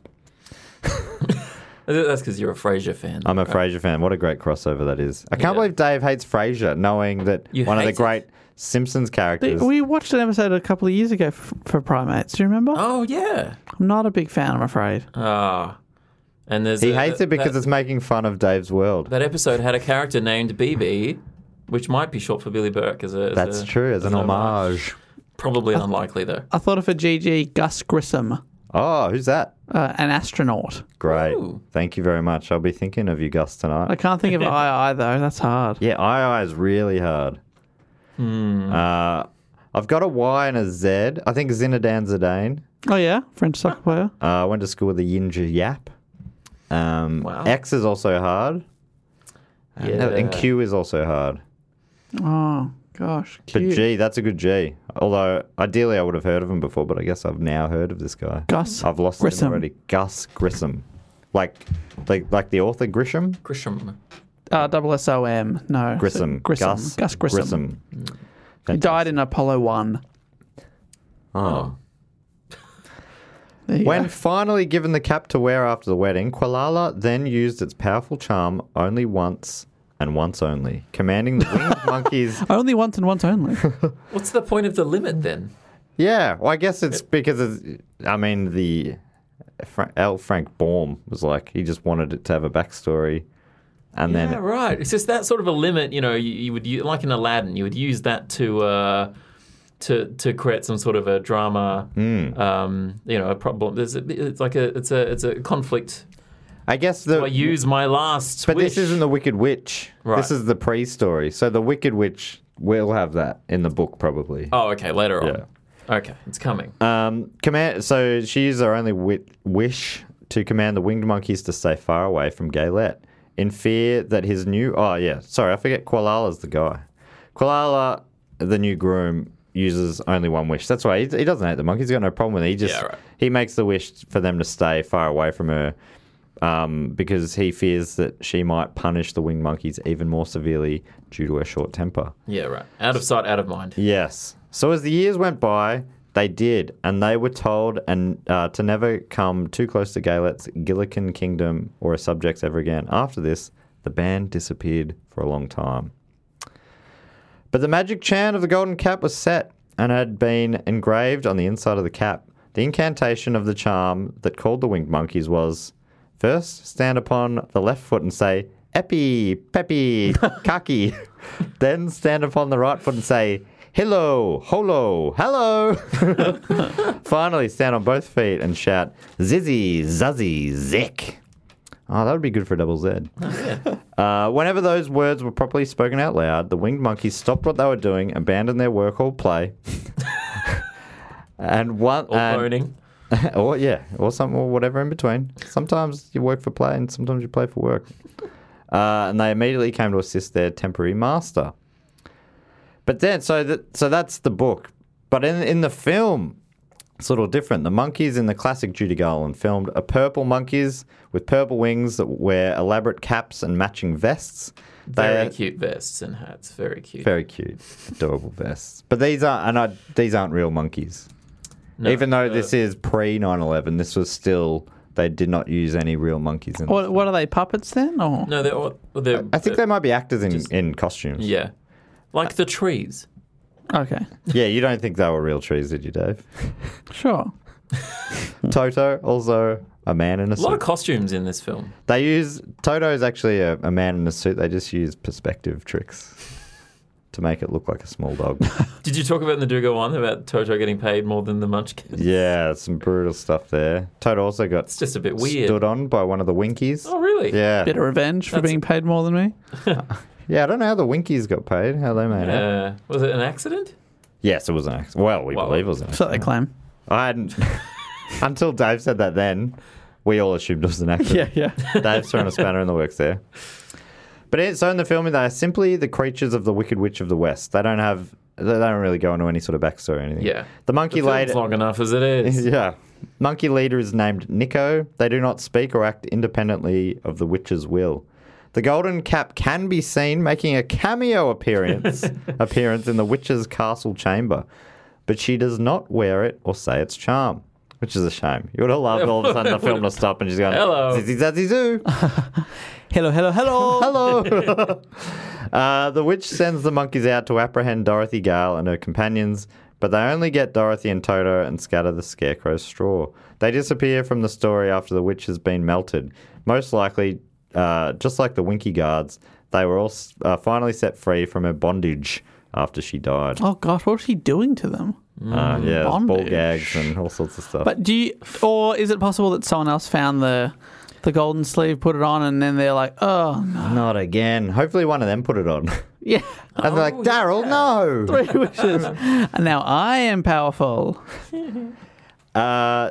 [SPEAKER 2] That's because you're a Frasier fan.
[SPEAKER 1] I'm a Frasier fan. What a great crossover that is. I can't
[SPEAKER 2] Yeah.
[SPEAKER 1] believe Dave hates Frasier, knowing that
[SPEAKER 2] You
[SPEAKER 1] one of the
[SPEAKER 2] hate it?
[SPEAKER 1] great Simpsons characters.
[SPEAKER 3] We watched an episode a couple of years ago for, for Primates. Do you remember?
[SPEAKER 2] Oh yeah.
[SPEAKER 3] I'm not a big fan, I'm afraid.
[SPEAKER 1] Uh.
[SPEAKER 2] Ah. and there's
[SPEAKER 1] he
[SPEAKER 2] a-
[SPEAKER 1] hates it because
[SPEAKER 2] that,
[SPEAKER 1] it's making fun of Dave's world.
[SPEAKER 2] that episode had a character named BB, which might be short for Billy Burke. As a as
[SPEAKER 1] That's
[SPEAKER 2] a-
[SPEAKER 1] true, as an homage. Ah.
[SPEAKER 2] Probably unlikely though.
[SPEAKER 3] I thought of a GG Gus Grissom,
[SPEAKER 1] Oh, who's that?
[SPEAKER 3] uh, an astronaut.
[SPEAKER 1] Great.
[SPEAKER 2] Ooh.
[SPEAKER 1] Thank you very much. I'll be thinking of you, Gus, tonight.
[SPEAKER 3] I can't think of I I though. That's hard.
[SPEAKER 1] Yeah, I is really hard.
[SPEAKER 2] Hmm.
[SPEAKER 1] Uh, I've got a Y and a Z. I think Zinedine Zidane.
[SPEAKER 3] Oh yeah, French soccer player.
[SPEAKER 1] Uh, I went to school with a Yinja Yap. Um,
[SPEAKER 2] Wow.
[SPEAKER 1] X is also hard. Uh,
[SPEAKER 2] Yeah.
[SPEAKER 1] And Q is also hard.
[SPEAKER 3] Oh gosh,
[SPEAKER 1] But
[SPEAKER 3] cute.
[SPEAKER 1] G, that's a good G. Although ideally I would have heard of him before, but I guess I've now heard of this guy.
[SPEAKER 3] Gus
[SPEAKER 1] I've lost
[SPEAKER 3] Grissom.
[SPEAKER 1] him already. Gus Grissom, like, like, like the author Grisham.
[SPEAKER 2] Grisham.
[SPEAKER 3] uh, double S O M. No,
[SPEAKER 1] Grissom.
[SPEAKER 3] So- Grissom.
[SPEAKER 1] Gus,
[SPEAKER 3] Gus Grissom. He
[SPEAKER 1] Fantastic.
[SPEAKER 3] died in Apollo One.
[SPEAKER 1] Oh.
[SPEAKER 3] There you
[SPEAKER 1] When
[SPEAKER 3] go.
[SPEAKER 1] finally given the cap to wear after the wedding, Kualala then used its powerful charm only once and once only, commanding the winged monkeys.
[SPEAKER 3] Only once and once only.
[SPEAKER 2] What's the point of the limit then?
[SPEAKER 1] Yeah, well, I guess it's because it's, I mean, the Fra- L. Frank Baum was like he just wanted it to have a backstory, and
[SPEAKER 2] Yeah,
[SPEAKER 1] then
[SPEAKER 2] right. It's just that sort of a limit, you know. You, you would u like in Aladdin, you would use that to uh, to to create some sort of a drama.
[SPEAKER 1] Hmm.
[SPEAKER 2] Um, you know, a problem. There's a, it's like a it's a it's a conflict.
[SPEAKER 1] I guess the
[SPEAKER 2] I use my last.
[SPEAKER 1] but
[SPEAKER 2] wish.
[SPEAKER 1] this isn't the Wicked Witch.
[SPEAKER 2] Right.
[SPEAKER 1] This is the pre-story. So the Wicked Witch will have that in the book probably.
[SPEAKER 2] Oh, okay. Later on. Okay, it's coming.
[SPEAKER 1] Um, command. So she used her only wit- wish to command the winged monkeys to stay far away from Gaylet, in fear that his new. Oh yeah, sorry, I forget. Kualala's the guy. Kualala, the new groom, uses only one wish. That's why he, he doesn't hate the monkeys. He's got no problem with it. He just
[SPEAKER 2] Yeah, right.
[SPEAKER 1] he makes the wish for them to stay far away from her. Um, because he fears that she might punish the winged monkeys even more severely due to her short temper.
[SPEAKER 2] yeah, right. Out of sight, out of mind.
[SPEAKER 1] Yes. So as the years went by, they did, and they were told and uh, to never come too close to Galet's Gillikin kingdom or her subjects ever again. After this, the band disappeared for a long time. But the magic chant of the golden cap was set and had been engraved on the inside of the cap. The incantation of the charm that called the winged monkeys was first stand upon the left foot and say, Epi, Peppy, Kaki. then stand upon the right foot and say, Hello, holo, hello. Finally, stand on both feet and shout, Zizzy, Zuzzy, Zick. Oh, that would be good for a double Z. Uh, whenever those words were properly spoken out loud, the winged monkeys stopped what they were doing, abandoned their work or play, and one
[SPEAKER 2] Or
[SPEAKER 1] and-
[SPEAKER 2] boning.
[SPEAKER 1] or yeah, or some or whatever in between. Sometimes you work for play, and sometimes you play for work. Uh, and they immediately came to assist their temporary master. But then, so that so that's the book. But in in the film, it's a little different. The monkeys in the classic Judy Garland filmed are purple monkeys with purple wings that wear elaborate caps and matching vests.
[SPEAKER 2] Very
[SPEAKER 1] They're-
[SPEAKER 2] cute vests and hats. Very cute.
[SPEAKER 1] Very cute, adorable vests. But these aren't, and I, these aren't real monkeys.
[SPEAKER 2] No,
[SPEAKER 1] Even though
[SPEAKER 2] uh,
[SPEAKER 1] this is pre 9/11, this was still they did not use any real monkeys in.
[SPEAKER 3] What, what are they puppets then? Or
[SPEAKER 2] no, they're all, well, they're.
[SPEAKER 1] I think they might be actors in, in costumes.
[SPEAKER 2] Yeah, like the trees.
[SPEAKER 3] okay,
[SPEAKER 1] Yeah, you don't think they were real trees, did you, Dave?
[SPEAKER 3] sure.
[SPEAKER 1] Toto also a man in a
[SPEAKER 2] A lot
[SPEAKER 1] suit.
[SPEAKER 2] of costumes in this film.
[SPEAKER 1] they use Toto is actually a, a man in a suit. They just use perspective tricks to make it look like a small dog.
[SPEAKER 2] Did you talk about in the Dugo one about Toto getting paid more than the Munchkin?
[SPEAKER 1] yeah, some brutal stuff there. Toto also got
[SPEAKER 2] It's just a bit weird.
[SPEAKER 1] stood on by one of the Winkies.
[SPEAKER 2] Oh, really?
[SPEAKER 1] Yeah,
[SPEAKER 3] Bit of revenge for
[SPEAKER 2] That's-
[SPEAKER 3] being paid more than me.
[SPEAKER 1] yeah. I don't know how the Winkies got paid. How they made it.
[SPEAKER 2] Uh, was it an accident?
[SPEAKER 1] Yes, it was an accident. Well, we
[SPEAKER 2] Well,
[SPEAKER 1] believe it was an accident.
[SPEAKER 3] So they claim.
[SPEAKER 1] I hadn't until Dave said that. Then we all assumed it was an accident.
[SPEAKER 3] Yeah, yeah.
[SPEAKER 1] Dave's thrown a spanner in the works there. But it, so in the film, they are simply the creatures of the Wicked Witch of the West. They don't have, they don't really go into any sort of backstory or anything.
[SPEAKER 2] Yeah.
[SPEAKER 1] The monkey
[SPEAKER 2] the film's
[SPEAKER 1] lady,
[SPEAKER 2] long enough as it is.
[SPEAKER 1] yeah, monkey leader is named Nico. They do not speak or act independently of the witch's will. The golden cap can be seen making a cameo appearance appearance in the witch's castle chamber, but she does not wear it or say its charm, which is a shame. You would have loved all of a sudden the film to stop and she's going,
[SPEAKER 2] Hello.
[SPEAKER 1] zizzy zazzy zoo."
[SPEAKER 3] Hello, hello, hello.
[SPEAKER 1] Hello. uh, the witch sends the monkeys out to apprehend Dorothy Gale and her companions, but they only get Dorothy and Toto and scatter the scarecrow's straw. They disappear from the story after the witch has been melted. Most likely, uh, just like the Winky guards, they were all s- uh, finally set free from her bondage after she died.
[SPEAKER 3] Oh God, what was she doing to them?
[SPEAKER 1] Uh, yeah, there's ball
[SPEAKER 3] bondage.
[SPEAKER 1] gags and all sorts of stuff.
[SPEAKER 3] But do you, or is it possible that someone else found the the golden sleeve, put it on, and then they're like, oh no.
[SPEAKER 1] not again. Hopefully, one of them put it on.
[SPEAKER 3] yeah,
[SPEAKER 1] and they're like, Daryl, no.
[SPEAKER 3] three wishes, and now I am powerful.
[SPEAKER 1] Uh,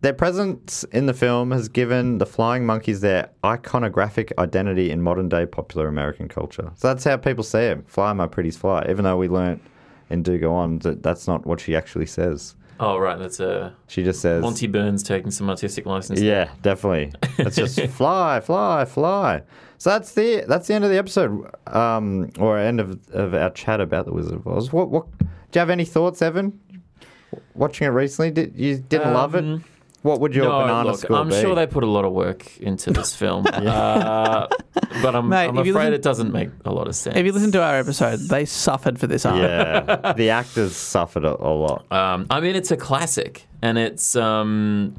[SPEAKER 1] their presence in the film has given the flying monkeys their iconographic identity in modern day popular American culture. So that's how people say it fly, my pretties, fly. Even though we learnt in Do Go On that that's not what she actually says.
[SPEAKER 2] Oh, right. That's uh,
[SPEAKER 1] She just says,
[SPEAKER 2] Monty Burns taking some artistic license.
[SPEAKER 1] Yeah, definitely. It's just fly, fly, fly. So that's the that's the end of the episode, um, or end of, of our chat about the Wizard of Oz. What, what do you have any thoughts, Evan? Watching it recently, did you didn't love it?
[SPEAKER 2] Um,
[SPEAKER 1] What would your
[SPEAKER 2] No,
[SPEAKER 1] banana
[SPEAKER 2] look,
[SPEAKER 1] score
[SPEAKER 2] I'm
[SPEAKER 1] be?
[SPEAKER 2] sure they put a lot of work into this film, uh, but I'm,
[SPEAKER 3] Mate,
[SPEAKER 2] I'm afraid
[SPEAKER 3] if you listen-
[SPEAKER 2] it doesn't make a lot of sense.
[SPEAKER 3] If you listen to our episode, they suffered for this art.
[SPEAKER 1] yeah, the actors suffered a, a lot.
[SPEAKER 2] um, I mean, it's a classic, and it's um,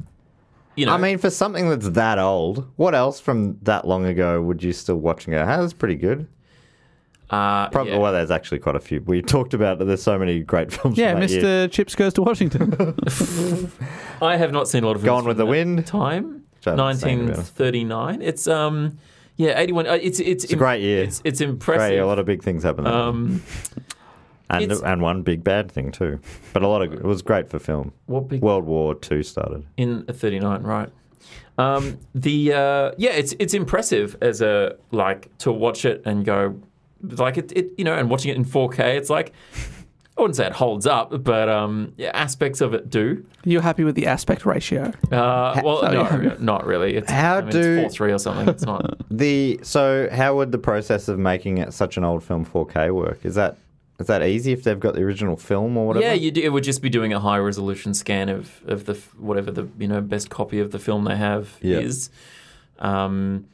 [SPEAKER 2] you know,
[SPEAKER 1] I mean, for something that's that old, what else from that long ago would you still watching it? That's pretty good.
[SPEAKER 2] uh,
[SPEAKER 1] Probably,
[SPEAKER 2] yeah.
[SPEAKER 1] well, there's actually quite a few. We talked about there's so many great films.
[SPEAKER 3] Yeah,
[SPEAKER 1] from that
[SPEAKER 3] Mr.
[SPEAKER 1] year.
[SPEAKER 3] Chips goes to Washington.
[SPEAKER 2] I have not seen a lot of
[SPEAKER 1] Gone
[SPEAKER 2] films
[SPEAKER 1] with
[SPEAKER 2] from
[SPEAKER 1] the
[SPEAKER 2] that
[SPEAKER 1] Wind.
[SPEAKER 2] Time
[SPEAKER 1] I haven't seen, to be honest.
[SPEAKER 2] 1939. It's um, yeah, 81. Uh, It's it's,
[SPEAKER 1] It's a great year.
[SPEAKER 2] It's, it's
[SPEAKER 1] Great,
[SPEAKER 2] impressive.
[SPEAKER 1] a lot of big things happened. Um,
[SPEAKER 2] um,
[SPEAKER 1] and
[SPEAKER 2] it's-
[SPEAKER 1] and one big bad thing too. But a lot of it was great for film.
[SPEAKER 2] what big
[SPEAKER 1] World War Two started.
[SPEAKER 2] in a 39 right um, the uh, yeah it's it's impressive as a like to watch it and go like it, it you know and watching it in 4k it's like I wouldn't say it holds up, but um, yeah, aspects of it do.
[SPEAKER 3] You're happy with the aspect ratio?
[SPEAKER 2] Uh, well,
[SPEAKER 3] Oh,
[SPEAKER 2] no,
[SPEAKER 3] yeah.
[SPEAKER 2] not really. It's,
[SPEAKER 1] How
[SPEAKER 2] I mean,
[SPEAKER 1] do-
[SPEAKER 2] it's four three or something? It's not.
[SPEAKER 1] The so how would the process of making it such an old film 4K work? Is that is that easy if they've got the original film or whatever?
[SPEAKER 2] yeah, you do, it would just be doing a high resolution scan of of the f- whatever the you know best copy of the film they have
[SPEAKER 1] Yeah.
[SPEAKER 2] is, um,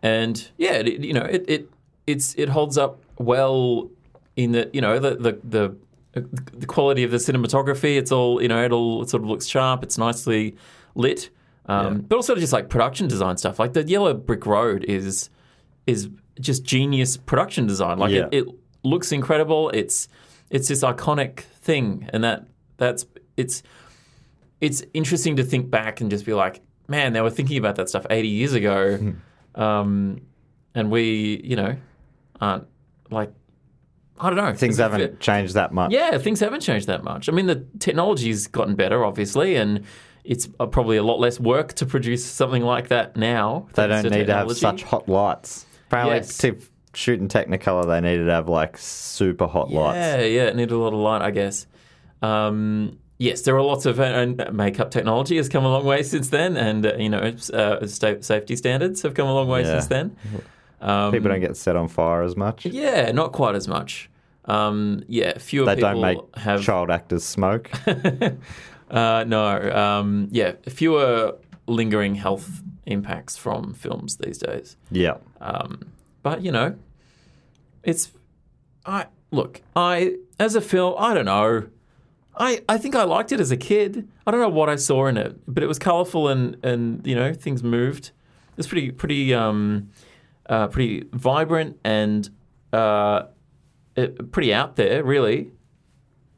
[SPEAKER 2] and yeah, it, it- you know it, it it's it holds up well in the you know the the the the quality of the cinematography. It's all you know. It all it sort of looks sharp. It's nicely lit, um, but also just like production design stuff. Like the Yellow Brick Road is is just genius production design. Like
[SPEAKER 1] Yeah.
[SPEAKER 2] it, it looks incredible. It's it's this iconic thing, and that that's it's it's interesting to think back and just be like, man, they were thinking about that stuff 80 years ago, um, and we, you know, aren't like I don't know
[SPEAKER 1] Things
[SPEAKER 2] It's-
[SPEAKER 1] haven't changed that much.
[SPEAKER 2] yeah, things haven't changed that much. I mean, the technology's gotten better, obviously, and it's uh, probably a lot less work to produce something like that now.
[SPEAKER 1] They
[SPEAKER 2] thanks
[SPEAKER 1] don't need to have
[SPEAKER 2] technology.
[SPEAKER 1] such hot lights. Apparently,
[SPEAKER 2] Yes.
[SPEAKER 1] to shoot in Technicolor, they needed to have like super hot
[SPEAKER 2] Yeah,
[SPEAKER 1] lights.
[SPEAKER 2] yeah, it needed a lot of light, I guess. Um, yes, there are lots of and and makeup technology has come a long way since then, and uh, you know, it's, uh, sta- safety standards have come a long way
[SPEAKER 1] Yeah.
[SPEAKER 2] since then. Um,
[SPEAKER 1] People don't get set on fire as much.
[SPEAKER 2] yeah, not quite as much. Um, yeah, fewer
[SPEAKER 1] They
[SPEAKER 2] people
[SPEAKER 1] don't make
[SPEAKER 2] have
[SPEAKER 1] child actors smoke.
[SPEAKER 2] Uh, no, um, yeah, fewer lingering health impacts from films these days.
[SPEAKER 1] yeah.
[SPEAKER 2] Um, but you know, it's I look I as a film I don't know. I, I think I liked it as a kid. I don't know what I saw in it, but it was colourful and, and you know things moved. It was pretty pretty um, uh, pretty vibrant and uh, it, pretty out there, really.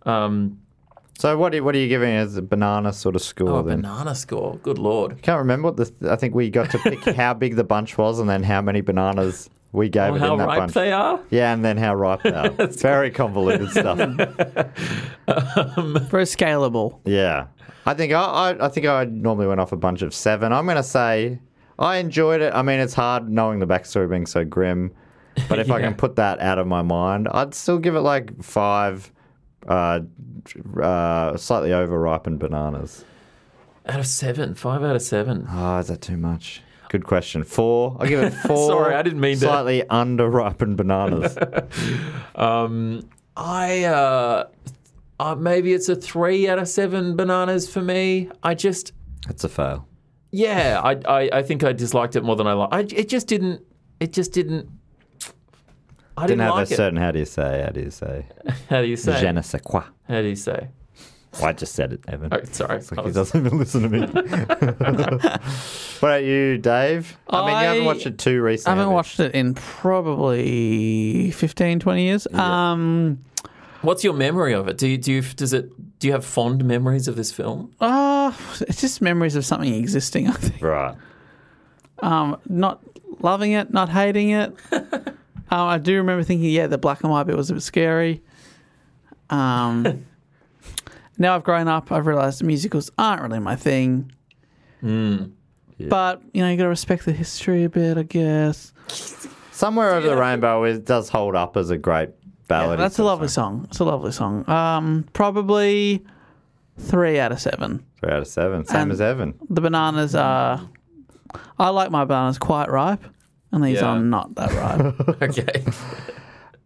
[SPEAKER 2] Um,
[SPEAKER 1] So what are, what are you giving as a banana sort of score
[SPEAKER 2] oh, a
[SPEAKER 1] then?
[SPEAKER 2] banana score. Good lord.
[SPEAKER 1] Can't remember what the. I think we got to pick how big the bunch was and then how many bananas we gave
[SPEAKER 2] Or
[SPEAKER 1] it
[SPEAKER 2] Oh, how
[SPEAKER 1] in that
[SPEAKER 2] ripe
[SPEAKER 1] bunch.
[SPEAKER 2] they are.
[SPEAKER 1] Yeah, and then how ripe they are. Very convoluted stuff.
[SPEAKER 3] Very scalable.
[SPEAKER 1] Yeah, I think I, I I think I normally went off a bunch of seven. I'm gonna say I enjoyed it. I mean, it's hard knowing the backstory being so grim, but if I can put that out of my mind, I'd still give it like five. Uh, uh, slightly overripened bananas.
[SPEAKER 2] Out of seven, five out of seven.
[SPEAKER 1] Ah, is that too much? Good question. Four. I'll give it four.
[SPEAKER 2] Sorry, I didn't mean to-
[SPEAKER 1] slightly underripened bananas.
[SPEAKER 2] Um, I uh, uh, maybe it's a three out of seven bananas for me. I just
[SPEAKER 1] That's a fail.
[SPEAKER 2] yeah, I I, I think I disliked it more than I liked. It just didn't. It just didn't. I didn't,
[SPEAKER 1] Didn't have
[SPEAKER 2] like
[SPEAKER 1] a
[SPEAKER 2] it.
[SPEAKER 1] certain. How do you say? How do you say?
[SPEAKER 2] How do you say?
[SPEAKER 1] Je ne sais quoi.
[SPEAKER 2] How do you say?
[SPEAKER 1] Well, I just said it, Evan.
[SPEAKER 2] Oh, sorry,
[SPEAKER 1] It's like
[SPEAKER 2] I
[SPEAKER 1] he
[SPEAKER 2] was-
[SPEAKER 1] doesn't even listen to me. what about you, Dave? I, mean, you haven't
[SPEAKER 3] I-
[SPEAKER 1] watched it too
[SPEAKER 3] I
[SPEAKER 1] recently.
[SPEAKER 3] haven't
[SPEAKER 1] have you?
[SPEAKER 3] watched it in probably 15, 20 years. Um,
[SPEAKER 2] What's your memory of it? Do you, do you does it do you have fond memories of this film?
[SPEAKER 3] uh, it's just memories of something existing, I think.
[SPEAKER 1] Right.
[SPEAKER 3] Um, not loving it, not hating it. um, I do remember thinking, yeah, the black and white bit was a bit scary. Um, now I've grown up, I've realised musicals aren't really my thing. But, you know, you got to respect the history a bit, I guess.
[SPEAKER 1] Somewhere over the rainbow it does hold up as a great ballad.
[SPEAKER 3] Yeah, that's a
[SPEAKER 1] sort of
[SPEAKER 3] lovely song. It's a lovely song. Um, probably three out of seven.
[SPEAKER 1] Three out of seven. Same as Evan.
[SPEAKER 3] The bananas are. I like my bananas quite ripe, and these
[SPEAKER 2] Yeah.
[SPEAKER 3] are not that ripe.
[SPEAKER 2] Okay.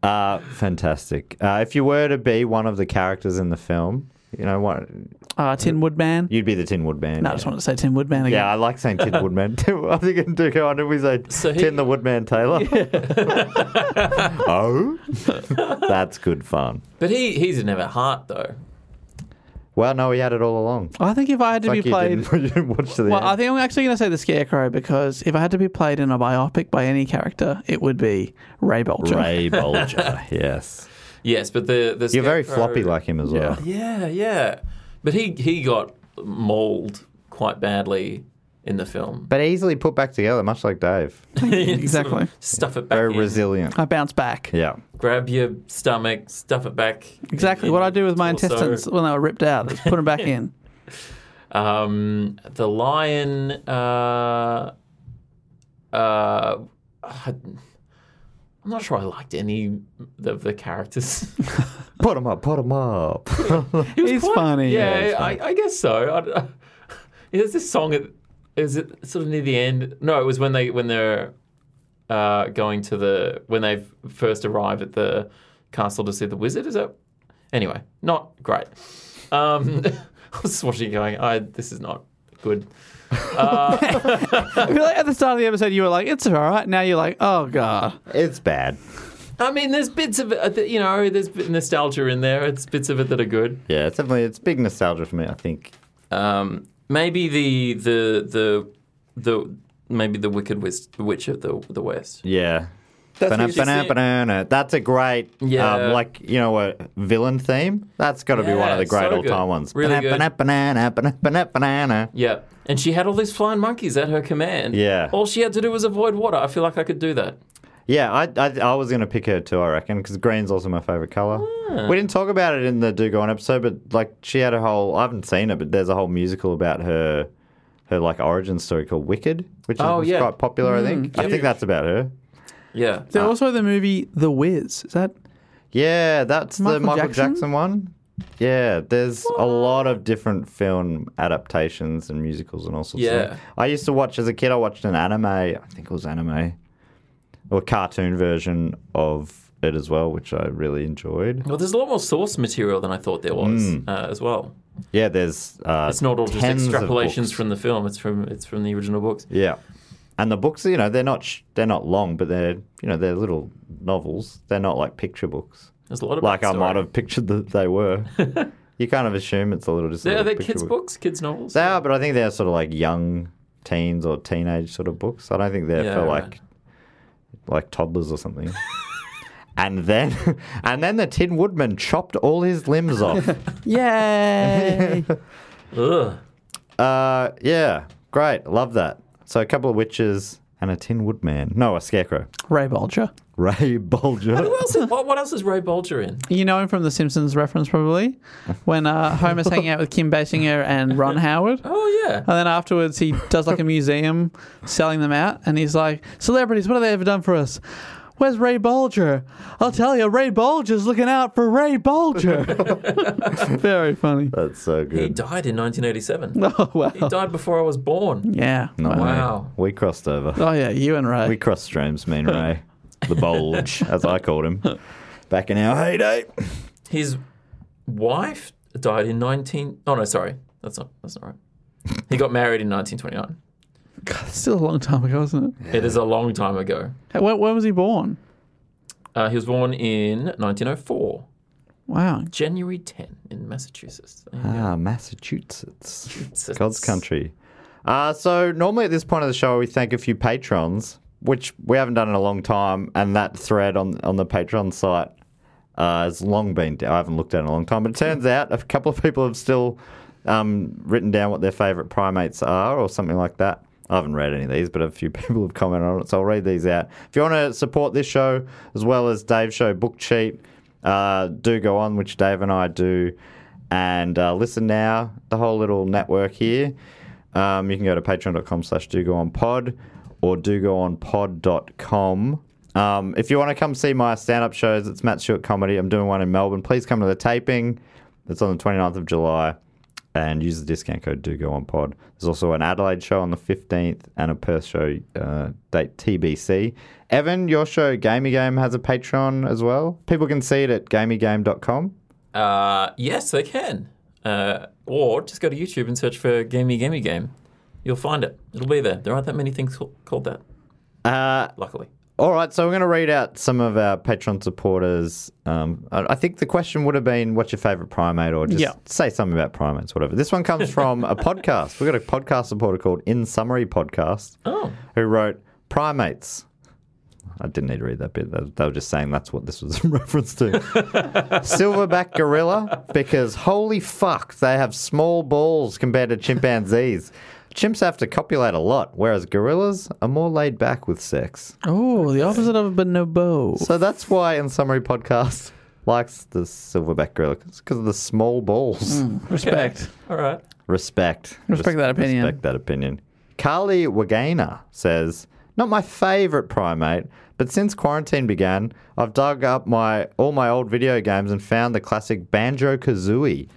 [SPEAKER 1] Uh, fantastic. Uh, if you were to be one of the characters in the film, you know what?
[SPEAKER 3] uh, Tin Woodman.
[SPEAKER 1] You'd be the Tin Woodman.
[SPEAKER 3] no, I
[SPEAKER 1] yeah.
[SPEAKER 3] just wanted to say Tin Woodman again.
[SPEAKER 1] Yeah, I like saying Tin Woodman. too. I think it do go on if we say
[SPEAKER 2] So he-
[SPEAKER 1] Tin the Woodman Taylor. oh, that's good fun.
[SPEAKER 2] but he he didn't have a heart though.
[SPEAKER 1] Well, no, he had it all along.
[SPEAKER 3] I think if I had to
[SPEAKER 1] Like
[SPEAKER 3] be
[SPEAKER 1] you
[SPEAKER 3] played.
[SPEAKER 1] didn't, you didn't watch to the
[SPEAKER 3] Well,
[SPEAKER 1] end.
[SPEAKER 3] I think I'm actually going to say the Scarecrow because if I had to be played in a biopic by any character, it would be Ray Bolger.
[SPEAKER 1] Ray Bolger, yes.
[SPEAKER 2] Yes, but the the
[SPEAKER 1] You're very
[SPEAKER 2] Scarecrow-
[SPEAKER 1] floppy like him as well.
[SPEAKER 2] Yeah, yeah. But he he got mauled quite badly in the film.
[SPEAKER 1] But easily put back together, much like Dave.
[SPEAKER 3] Exactly.
[SPEAKER 2] Stuff it back.
[SPEAKER 1] Very
[SPEAKER 2] in.
[SPEAKER 1] resilient.
[SPEAKER 3] I bounce back.
[SPEAKER 1] Yeah.
[SPEAKER 2] Grab your stomach, stuff it back.
[SPEAKER 3] Exactly.
[SPEAKER 2] in
[SPEAKER 3] What
[SPEAKER 2] your
[SPEAKER 3] I do with my
[SPEAKER 2] torso.
[SPEAKER 3] intestines when they were ripped out is put them back in.
[SPEAKER 2] Um, the lion. Uh, uh, I'm not sure I liked any of the characters.
[SPEAKER 1] Put him up, put him up.
[SPEAKER 3] He's funny.
[SPEAKER 2] Yeah, I, I guess so. I, I, there's this song. At, is it sort of near the end? No, it was when they when they're uh, going to the when they first arrive at the castle to see the wizard. Is that anyway? Not great. Um, I was just watching, it going, I this is not good.
[SPEAKER 3] I feel like at the start of the episode you were like, "It's all right." Now you're like, "Oh god."
[SPEAKER 1] it's bad.
[SPEAKER 2] I mean, there's bits of it, uh, that, you know, there's bit nostalgia in there. It's bits of it that are good.
[SPEAKER 1] Yeah, it's definitely it's big nostalgia for me, I think.
[SPEAKER 2] Um, maybe the the the the maybe the Wicked Witch, Witch of the the West.
[SPEAKER 1] Yeah.
[SPEAKER 4] That's
[SPEAKER 1] Ba-na,
[SPEAKER 4] what you
[SPEAKER 1] ba-na,
[SPEAKER 2] see.
[SPEAKER 1] ba-na. That's a great,
[SPEAKER 2] Yeah.
[SPEAKER 1] um, like you know, a villain theme. That's got to be one of
[SPEAKER 2] Yeah,
[SPEAKER 1] the great
[SPEAKER 2] so
[SPEAKER 1] all-time
[SPEAKER 2] good.
[SPEAKER 1] ones.
[SPEAKER 2] Really
[SPEAKER 1] Ba-na,
[SPEAKER 2] good.
[SPEAKER 1] ba-na, ba-na, ba-na, ba-na, ba-na.
[SPEAKER 2] Yeah, and she had all these flying monkeys at her command.
[SPEAKER 1] Yeah.
[SPEAKER 2] all she had to do was avoid water. I feel like I could do that.
[SPEAKER 1] Yeah, I, I, I was going to pick her too, I reckon, because green's also my favourite colour.
[SPEAKER 2] Ah.
[SPEAKER 1] We didn't talk about it in the Do Go On episode, but like she had a whole, I haven't seen it, but there's a whole musical about her, her like origin story called Wicked, which is
[SPEAKER 2] Oh,
[SPEAKER 1] was
[SPEAKER 2] yeah.
[SPEAKER 1] quite popular, I think. I think that's about her.
[SPEAKER 2] Yeah,
[SPEAKER 1] Uh.
[SPEAKER 3] There's also the movie The Whiz. Is that
[SPEAKER 1] Yeah, that's the
[SPEAKER 3] Michael
[SPEAKER 1] Michael Jackson?
[SPEAKER 3] Jackson?
[SPEAKER 1] one. Yeah, there's a lot of different film adaptations and musicals and all sorts
[SPEAKER 2] Yeah.
[SPEAKER 1] of things. I used to watch as a kid, I watched an anime, I think it was anime. or cartoon version of it as well, which I really enjoyed.
[SPEAKER 2] Well, there's a lot more source material than I thought there was uh, as well.
[SPEAKER 1] Yeah, there's uh,
[SPEAKER 2] It's not all just
[SPEAKER 1] Hmm. tens of
[SPEAKER 2] extrapolations
[SPEAKER 1] books.
[SPEAKER 2] from the film. It's from it's from the original books.
[SPEAKER 1] Yeah, and the books, you know, they're not sh- they're not long, but they're you know they're little novels. They're not like picture books.
[SPEAKER 2] There's a lot of
[SPEAKER 1] Like I
[SPEAKER 2] backstory.
[SPEAKER 1] might have pictured that they were. you kind of assume it's a little just. a
[SPEAKER 2] Yeah, are
[SPEAKER 1] little
[SPEAKER 2] they
[SPEAKER 1] picture
[SPEAKER 2] kids'
[SPEAKER 1] book.
[SPEAKER 2] books, kids' novels?
[SPEAKER 1] They are, but I think they're sort of like young teens or teenage sort of books. I don't think they're
[SPEAKER 2] Yeah,
[SPEAKER 1] for
[SPEAKER 2] right.
[SPEAKER 1] like like toddlers or something. and then and then the Tin Woodman chopped all his limbs off.
[SPEAKER 3] Yay!
[SPEAKER 2] Ugh.
[SPEAKER 1] uh, yeah, great, love that. So a couple of witches and a Tin Woodman. No, a scarecrow.
[SPEAKER 3] Ray Bolger.
[SPEAKER 1] Ray Bulger.
[SPEAKER 2] Who else is- what, what else is Ray Bolger in?
[SPEAKER 3] You know him from the Simpsons reference, probably, when uh, Homer's hanging out with Kim Basinger and Ron Howard.
[SPEAKER 2] Oh yeah,
[SPEAKER 3] And then afterwards, he does like a museum selling them out, and he's like, "Celebrities, what have they ever done for us? Where's Ray Bolger? I'll tell you, Ray Bolger's looking out for Ray Bolger." Very funny.
[SPEAKER 1] That's so
[SPEAKER 2] he
[SPEAKER 1] good.
[SPEAKER 2] died in 1987.
[SPEAKER 3] Oh
[SPEAKER 2] He
[SPEAKER 3] wow.
[SPEAKER 2] died before I was born.
[SPEAKER 3] Yeah.
[SPEAKER 1] No way.
[SPEAKER 2] Wow.
[SPEAKER 1] We crossed over.
[SPEAKER 3] Oh yeah, you and Ray.
[SPEAKER 1] We crossed streams, me and Ray. The Bulge, as I called him. Back in our heyday.
[SPEAKER 2] His wife died in 19. Oh no, sorry, that's not that's not right. He got married in 1929.
[SPEAKER 3] Still a long time ago, isn't it?
[SPEAKER 2] It is a long time ago.
[SPEAKER 3] Hey, When, when was he born?
[SPEAKER 2] Uh, he was born in 1904,
[SPEAKER 3] Wow.
[SPEAKER 2] January 10 in Massachusetts. There you go.
[SPEAKER 1] Ah, Massachusetts.
[SPEAKER 2] It's-
[SPEAKER 1] God's country. Uh, so normally at this point of the show, we thank a few patrons, which we haven't done in a long time, and that thread on on the Patreon site uh, has long been. I haven't looked at it in a long time, but it turns out a couple of people have still um, written down what their favourite primates are, or something like that. I haven't read any of these, but a few people have commented on it, so I'll read these out. If you want to support this show as well as Dave's show, Book Cheat, uh, do go on, which Dave and I do, and uh, listen now. The whole little network here. Um, you can go to patreon.com slash do go on pod or do go on pod.com. Um, if you want to come see my stand up shows, it's Matt Stewart Comedy. I'm doing one in Melbourne. Please come to the taping. It's on the 29th of July and use the discount code do go on pod. There's also an Adelaide show on the 15th and a Perth show uh, date TBC. Evan, your show Gamey Game has a Patreon as well. People can see it at gamegame.com.
[SPEAKER 2] Uh, yes, they can. Uh, or just go to YouTube and search for Gamey Gamey Game. You'll find it. It'll be there. There aren't that many things cal- called that,
[SPEAKER 1] Uh,
[SPEAKER 2] luckily.
[SPEAKER 1] All right, so we're going to read out some of our Patreon supporters. Um, I I think the question would have been, "What's your favorite primate?" or just
[SPEAKER 3] Yeah.
[SPEAKER 1] say something about primates, whatever. This one comes from a podcast. We've got a podcast supporter called In Summary Podcast,
[SPEAKER 2] Oh,
[SPEAKER 1] who wrote primates. I didn't need to read that bit. They they were just saying that's what this was in reference to. Silverback gorilla, because holy fuck, they have small balls compared to chimpanzees. Chimps have to copulate a lot, whereas gorillas are more laid back with sex.
[SPEAKER 3] Oh, the opposite of a bonobo.
[SPEAKER 1] So that's why, in summary, podcast likes the silverback gorilla because of the small balls.
[SPEAKER 3] Respect.
[SPEAKER 2] all right.
[SPEAKER 1] Respect.
[SPEAKER 3] Respect that opinion.
[SPEAKER 1] Respect that opinion. Carly Wagana says, "Not my favorite primate, but since quarantine began, I've dug up my all my old video games and found the classic Banjo Kazooie.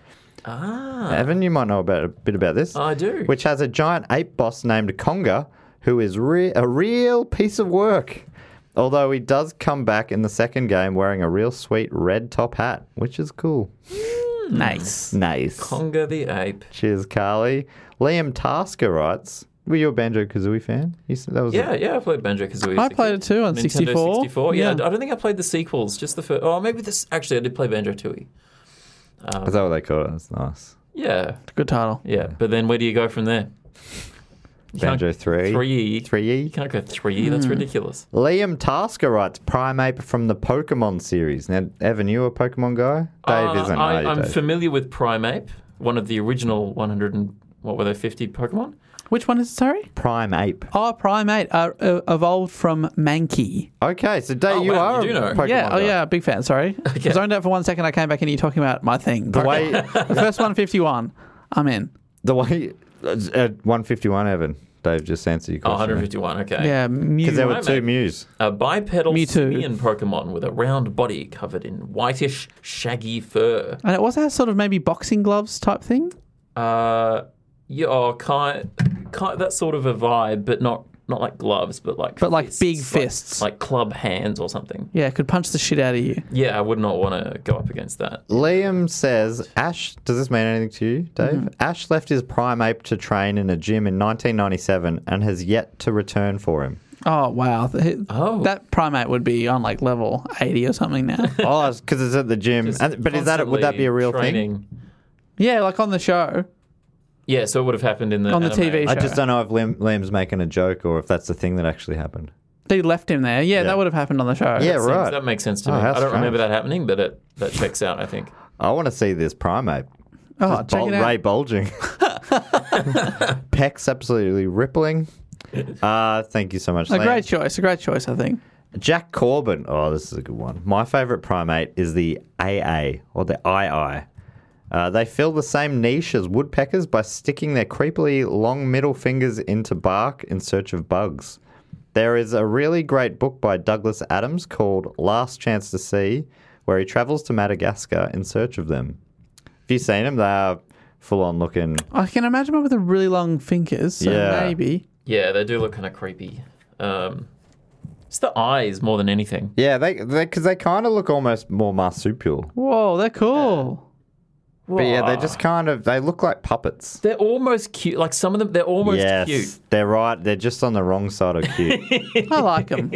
[SPEAKER 2] Ah,
[SPEAKER 1] Evan, you might know about a bit about this.
[SPEAKER 2] I do.
[SPEAKER 1] Which has a giant ape boss named Conga, who is re- a real piece of work. Although he does come back in the second game wearing a real sweet red top hat, which is cool.
[SPEAKER 3] Nice.
[SPEAKER 1] Nice.
[SPEAKER 2] Conga the Ape.
[SPEAKER 1] Cheers, Carly. Liam Tasker writes, "Were you a Banjo Kazooie fan? You said that was a-
[SPEAKER 2] Yeah, yeah, I played Banjo Kazooie.
[SPEAKER 3] I played it too on 64.
[SPEAKER 2] Yeah,
[SPEAKER 3] Yeah.
[SPEAKER 2] I don't think I played the sequels, just the first. Oh, maybe this. Actually, I did play Banjo Tooie.
[SPEAKER 1] is that what they called it? That's nice.
[SPEAKER 2] Yeah,
[SPEAKER 3] Good title.
[SPEAKER 2] yeah. But then where do you go from there? You can't-
[SPEAKER 1] Banjo three,
[SPEAKER 2] Three. E.
[SPEAKER 1] three. E.
[SPEAKER 2] You can't go three.
[SPEAKER 1] Hmm.
[SPEAKER 2] That's ridiculous.
[SPEAKER 1] Liam Tasker writes, Primeape from the Pokemon series. Now, Evan, you a Pokemon guy? Dave
[SPEAKER 2] Uh,
[SPEAKER 1] isn't. are
[SPEAKER 2] I,
[SPEAKER 1] you,
[SPEAKER 2] I'm
[SPEAKER 1] Dave?
[SPEAKER 2] familiar with Primeape, one of the original 100 and what were they, 50 Pokemon?
[SPEAKER 3] Which one is it, sorry?
[SPEAKER 1] Primeape.
[SPEAKER 3] Oh, primate uh, uh, evolved from Mankey.
[SPEAKER 1] Okay, so Dave,
[SPEAKER 2] Oh,
[SPEAKER 1] you
[SPEAKER 2] wow,
[SPEAKER 1] are
[SPEAKER 2] you do know.
[SPEAKER 1] a Pokemon
[SPEAKER 3] yeah, oh
[SPEAKER 1] guy.
[SPEAKER 3] yeah, big fan. Sorry, I zoned out for one second. I came back and you talking about my thing.
[SPEAKER 1] The
[SPEAKER 3] The,
[SPEAKER 1] way,
[SPEAKER 3] first one, fifty-one. I'm in.
[SPEAKER 1] the way, uh, at 151, Evan, Dave just answered your
[SPEAKER 2] Oh,
[SPEAKER 1] question.
[SPEAKER 2] 151, okay.
[SPEAKER 3] Yeah,
[SPEAKER 1] Because there
[SPEAKER 3] Mew.
[SPEAKER 1] were two
[SPEAKER 2] Primeape.
[SPEAKER 1] Mews.
[SPEAKER 2] A bipedal
[SPEAKER 3] Me too.
[SPEAKER 2] simian Pokemon with a round body covered in whitish, shaggy fur.
[SPEAKER 3] And it also has sort of maybe boxing gloves type thing.
[SPEAKER 2] Uh, yeah, oh, kind, kind, that sort of a vibe, but not not like gloves, but like
[SPEAKER 5] But like big
[SPEAKER 2] like-
[SPEAKER 5] fists.
[SPEAKER 2] like club hands or something.
[SPEAKER 5] Yeah, it could punch the shit out of you.
[SPEAKER 2] Yeah, I would not want to go up against that.
[SPEAKER 1] Liam says, Ash, does this mean anything to you, Dave? Ash left his primate to train in a gym in 1997 and has yet to return for him.
[SPEAKER 5] Oh wow! Th-
[SPEAKER 2] Oh.
[SPEAKER 5] that primate would be on like level eighty or something now.
[SPEAKER 1] Oh, because it's at the gym.
[SPEAKER 2] Just
[SPEAKER 1] And- but is that would that be a real thing?
[SPEAKER 2] Oh, training.
[SPEAKER 5] yeah, like on the show.
[SPEAKER 2] Yeah, so it would have happened in the
[SPEAKER 5] On the
[SPEAKER 2] anime.
[SPEAKER 5] TV
[SPEAKER 1] I
[SPEAKER 5] show.
[SPEAKER 1] just don't know if Liam, Liam's making a joke or if that's the thing that actually happened.
[SPEAKER 5] They left him there. Yeah,
[SPEAKER 1] Yeah.
[SPEAKER 5] that would have happened on the show.
[SPEAKER 1] Yeah,
[SPEAKER 2] Seems-
[SPEAKER 1] right.
[SPEAKER 2] That makes sense to
[SPEAKER 1] Oh,
[SPEAKER 2] me.
[SPEAKER 1] how
[SPEAKER 2] I don't remember
[SPEAKER 1] strange.
[SPEAKER 2] that happening, but it that checks out. I think.
[SPEAKER 1] I want to see this primate.
[SPEAKER 5] Oh,
[SPEAKER 1] Just
[SPEAKER 5] check
[SPEAKER 1] bul-
[SPEAKER 5] it out.
[SPEAKER 1] Ray bulging. Pecs absolutely rippling. Uh, thank you so much,
[SPEAKER 5] A
[SPEAKER 1] Liam.
[SPEAKER 5] great choice. A great choice, I think.
[SPEAKER 1] Jack Corbin. Oh, this is a good one. My favorite primate is the AA or the II. Uh, they fill the same niche as woodpeckers by sticking their creepily long middle fingers into bark in search of bugs. There is a really great book by Douglas Adams called Last Chance to See, where he travels to Madagascar in search of them. Have you seen them? They are full on looking.
[SPEAKER 5] I can imagine one with the really long fingers. So
[SPEAKER 1] Yeah.
[SPEAKER 5] maybe.
[SPEAKER 2] Yeah, they do look kind of creepy. Um, it's the eyes more than anything.
[SPEAKER 1] Yeah, they because they kind of look almost more marsupial.
[SPEAKER 5] Whoa, they're cool.
[SPEAKER 1] But yeah, they just kind of they look like puppets.
[SPEAKER 2] They're almost cute. Like some of them, they're almost
[SPEAKER 1] yes,
[SPEAKER 2] cute.
[SPEAKER 1] they're right. They're just on the wrong side of cute.
[SPEAKER 5] I like them.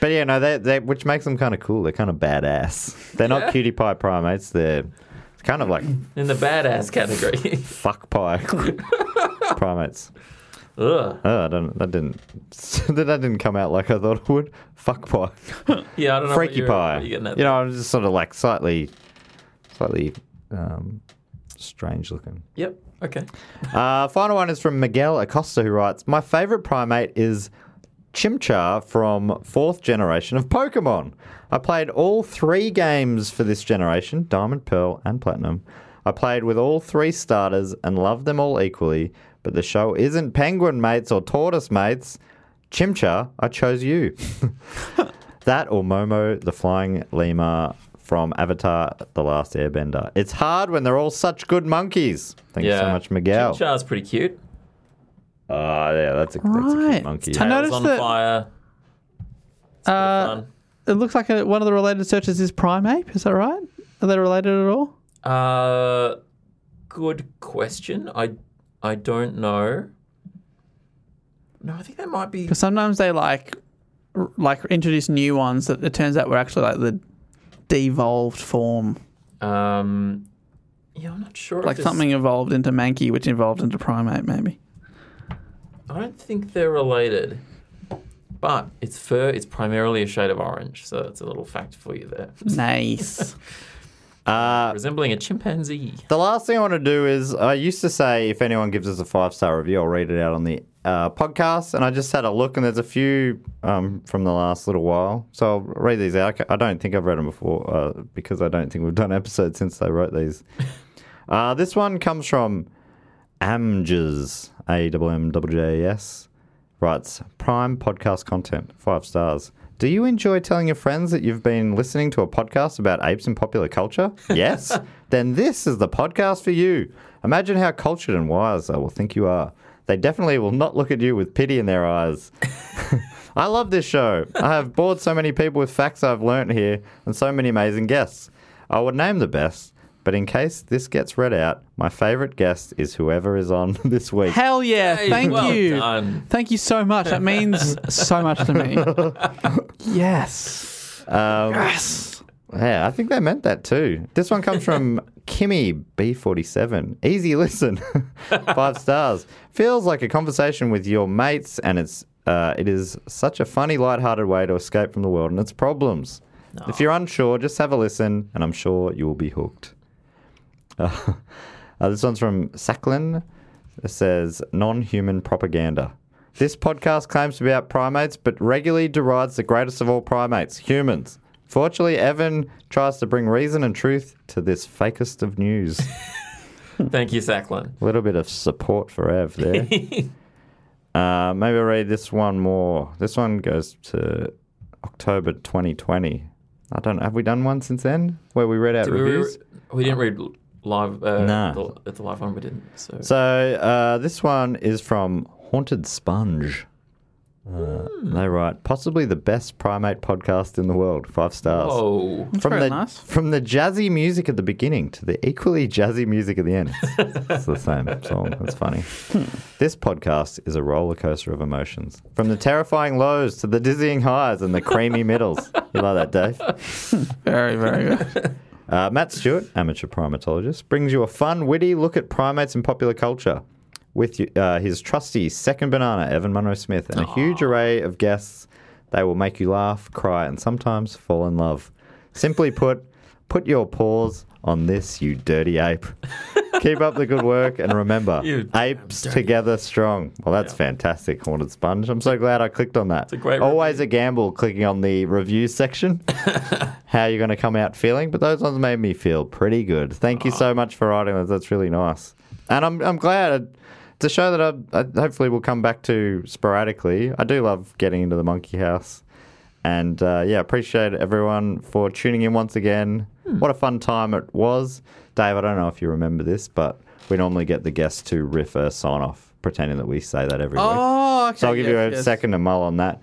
[SPEAKER 1] but yeah, no, they, they which makes them kind of cool. They're kind of badass. They're not cutie pie primates. They're kind of like
[SPEAKER 2] In the badass category.
[SPEAKER 1] fuck pie primates.
[SPEAKER 2] Ugh.
[SPEAKER 1] Oh, I don't. That didn't. That didn't come out like I thought it would. Fuck pie,
[SPEAKER 2] Yeah, I don't know. what
[SPEAKER 1] freaky
[SPEAKER 2] you're,
[SPEAKER 1] pie.
[SPEAKER 2] what you're
[SPEAKER 1] You
[SPEAKER 2] getting at
[SPEAKER 1] know, I'm just sort of like slightly, slightly um, strange looking.
[SPEAKER 2] there. Yep. Okay.
[SPEAKER 1] Uh, final one is from Miguel Acosta, who writes My favorite primate is Chimchar from fourth generation of Pokemon. I played all three games for this generation Diamond, Pearl, and Platinum. I played with all three starters and love them all equally, but the show isn't Penguin Mates or Tortoise Mates. Chimchar, I chose you. That or Momo, the flying lemur from Avatar: The Last Airbender. It's hard when they're all such good monkeys. Thank
[SPEAKER 2] yeah.
[SPEAKER 1] you so much, Miguel.
[SPEAKER 2] Chimchar's pretty cute.
[SPEAKER 1] Oh, yeah, that's a, that's a
[SPEAKER 5] Right.
[SPEAKER 1] cute monkey.
[SPEAKER 5] I
[SPEAKER 2] Tails
[SPEAKER 5] noticed
[SPEAKER 2] on
[SPEAKER 5] that-
[SPEAKER 2] fire.
[SPEAKER 5] Uh,
[SPEAKER 2] It's a bit
[SPEAKER 1] uh,
[SPEAKER 2] of fun.
[SPEAKER 5] It looks like a, one of the related searches is primeape. Is that right? Are they related at all?
[SPEAKER 2] Uh, good question. I I don't know. No, I think that might be.
[SPEAKER 5] Because sometimes they like, r- like introduce new ones that it turns out were actually like the devolved form,
[SPEAKER 2] Um, yeah, I'm not sure. if
[SPEAKER 5] like
[SPEAKER 2] it's-
[SPEAKER 5] something evolved into manky, which evolved into primate, maybe.
[SPEAKER 2] I don't think they're related. But its fur is primarily a shade of orange, so that's a little fact for you there.
[SPEAKER 5] Nice.
[SPEAKER 2] Uh, Resembling a chimpanzee.
[SPEAKER 1] The last thing I want to do is I used to say if anyone gives us a five star review, I'll read it out on the uh, podcast. And I just had a look, and there's a few um, from the last little while. So I'll read these out. I don't think I've read them before uh, because I don't think we've done episodes since they wrote these. uh, this one comes from Amjas, A W M W J S, writes Prime podcast content, five stars. Do you enjoy telling your friends that you've been listening to a podcast about apes and popular culture? Yes? then this is the podcast for you. Imagine how cultured and wise they will think you are. They definitely will not look at you with pity in their eyes. I love this show. I have bored so many people with facts I've learnt here and so many amazing guests. I would name the best, but in case this gets read out, my favourite guest is whoever is on this week.
[SPEAKER 5] Hell yeah!
[SPEAKER 2] Hey,
[SPEAKER 5] thank
[SPEAKER 2] well
[SPEAKER 5] you.
[SPEAKER 2] done.
[SPEAKER 5] Thank you so much. That means so much to me. yes. yes.
[SPEAKER 1] Yeah, I think they meant that too. This one comes from Kimmy B47. Easy listen, five stars. Feels like a conversation with your mates, and it's uh, it is such a funny, lighthearted way to escape from the world and its problems. If you're unsure, just have a listen, and I'm sure you will be hooked. Uh, uh, this one's from Sacklin. It says non-human propaganda. This podcast claims to be about primates, but regularly derides the greatest of all primates, humans. Fortunately, Evan tries to bring reason and truth to this fakest of news.
[SPEAKER 2] Thank you, Sacklin.
[SPEAKER 1] A little bit of support for Ev there. uh, maybe I'll read this one more. This one goes to October 2020. I don't know. Have we done one since then where we read out
[SPEAKER 2] Did we, re-
[SPEAKER 1] reviews?
[SPEAKER 2] we didn't read live. Uh,
[SPEAKER 1] No.
[SPEAKER 2] the, the live one we didn't. So,
[SPEAKER 1] So uh, this one is from Haunted Sponge. Uh, They write possibly the best primate podcast in the world. Five stars.
[SPEAKER 2] Oh,
[SPEAKER 1] From
[SPEAKER 5] very
[SPEAKER 1] the
[SPEAKER 5] nice.
[SPEAKER 1] from the jazzy music at the beginning to the equally jazzy music at the end, it's, it's the same song. That's funny. this podcast is a roller coaster of emotions, from the terrifying lows to the dizzying highs and the creamy middles. You like that, Dave?
[SPEAKER 5] Very, very good.
[SPEAKER 1] Uh, Matt Stewart, amateur primatologist, brings you a fun, witty look at primates and popular culture with you, uh, his trusty second banana, Evan Munro Smith, and a huge array of guests. They will make you laugh, cry, and sometimes fall in love. Simply put, put your paws on this, you dirty ape. Keep up the good work, and remember,
[SPEAKER 2] You
[SPEAKER 1] apes together strong. Well, that's fantastic, Haunted Sponge. I'm so glad I clicked on that. It's
[SPEAKER 2] a great
[SPEAKER 1] Always a gamble clicking on the review section how you're going to come out feeling, but those ones made me feel pretty good. Thank you so much for writing those. That's really nice. And I'm, I'm glad. It's a show that I, I hopefully will come back to sporadically. I do love getting into the Monkey House. And uh, yeah, appreciate everyone for tuning in once again. What a fun time it was. Dave, I don't know if you remember this, but we normally get the guests to riff a sign off, pretending that we say that every week.
[SPEAKER 5] Oh, okay.
[SPEAKER 1] So I'll give you a
[SPEAKER 5] yes, yes.
[SPEAKER 1] second to mull on that.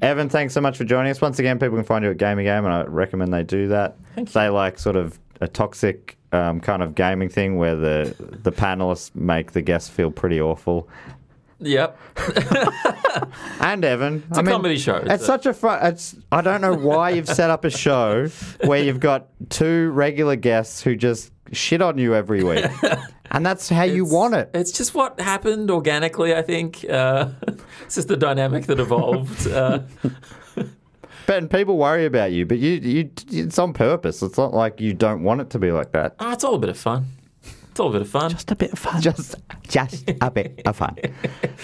[SPEAKER 1] Evan, thanks so much for joining us. Once again, people can find you at Gamey Game, and I recommend they do that. they like sort of a toxic um, kind of gaming thing where the the panelists make the guests feel pretty awful.
[SPEAKER 2] yep.
[SPEAKER 1] And Evan, it's
[SPEAKER 2] a comedy show.
[SPEAKER 1] It's,
[SPEAKER 2] It's a-
[SPEAKER 1] such a fun. It's I don't know why you've set up a show where you've got two regular guests who just shit on you every week, and that's how you
[SPEAKER 2] It's-
[SPEAKER 1] want it.
[SPEAKER 2] It's just what happened organically, I think. Uh, it's just the dynamic that evolved. Uh,
[SPEAKER 1] But and people worry about you, but you you it's on purpose. It's not like you don't want it to be like that.
[SPEAKER 2] ah, it's all a bit of fun. It's all a bit of fun.
[SPEAKER 5] Just a bit of fun.
[SPEAKER 1] just just a bit of fun.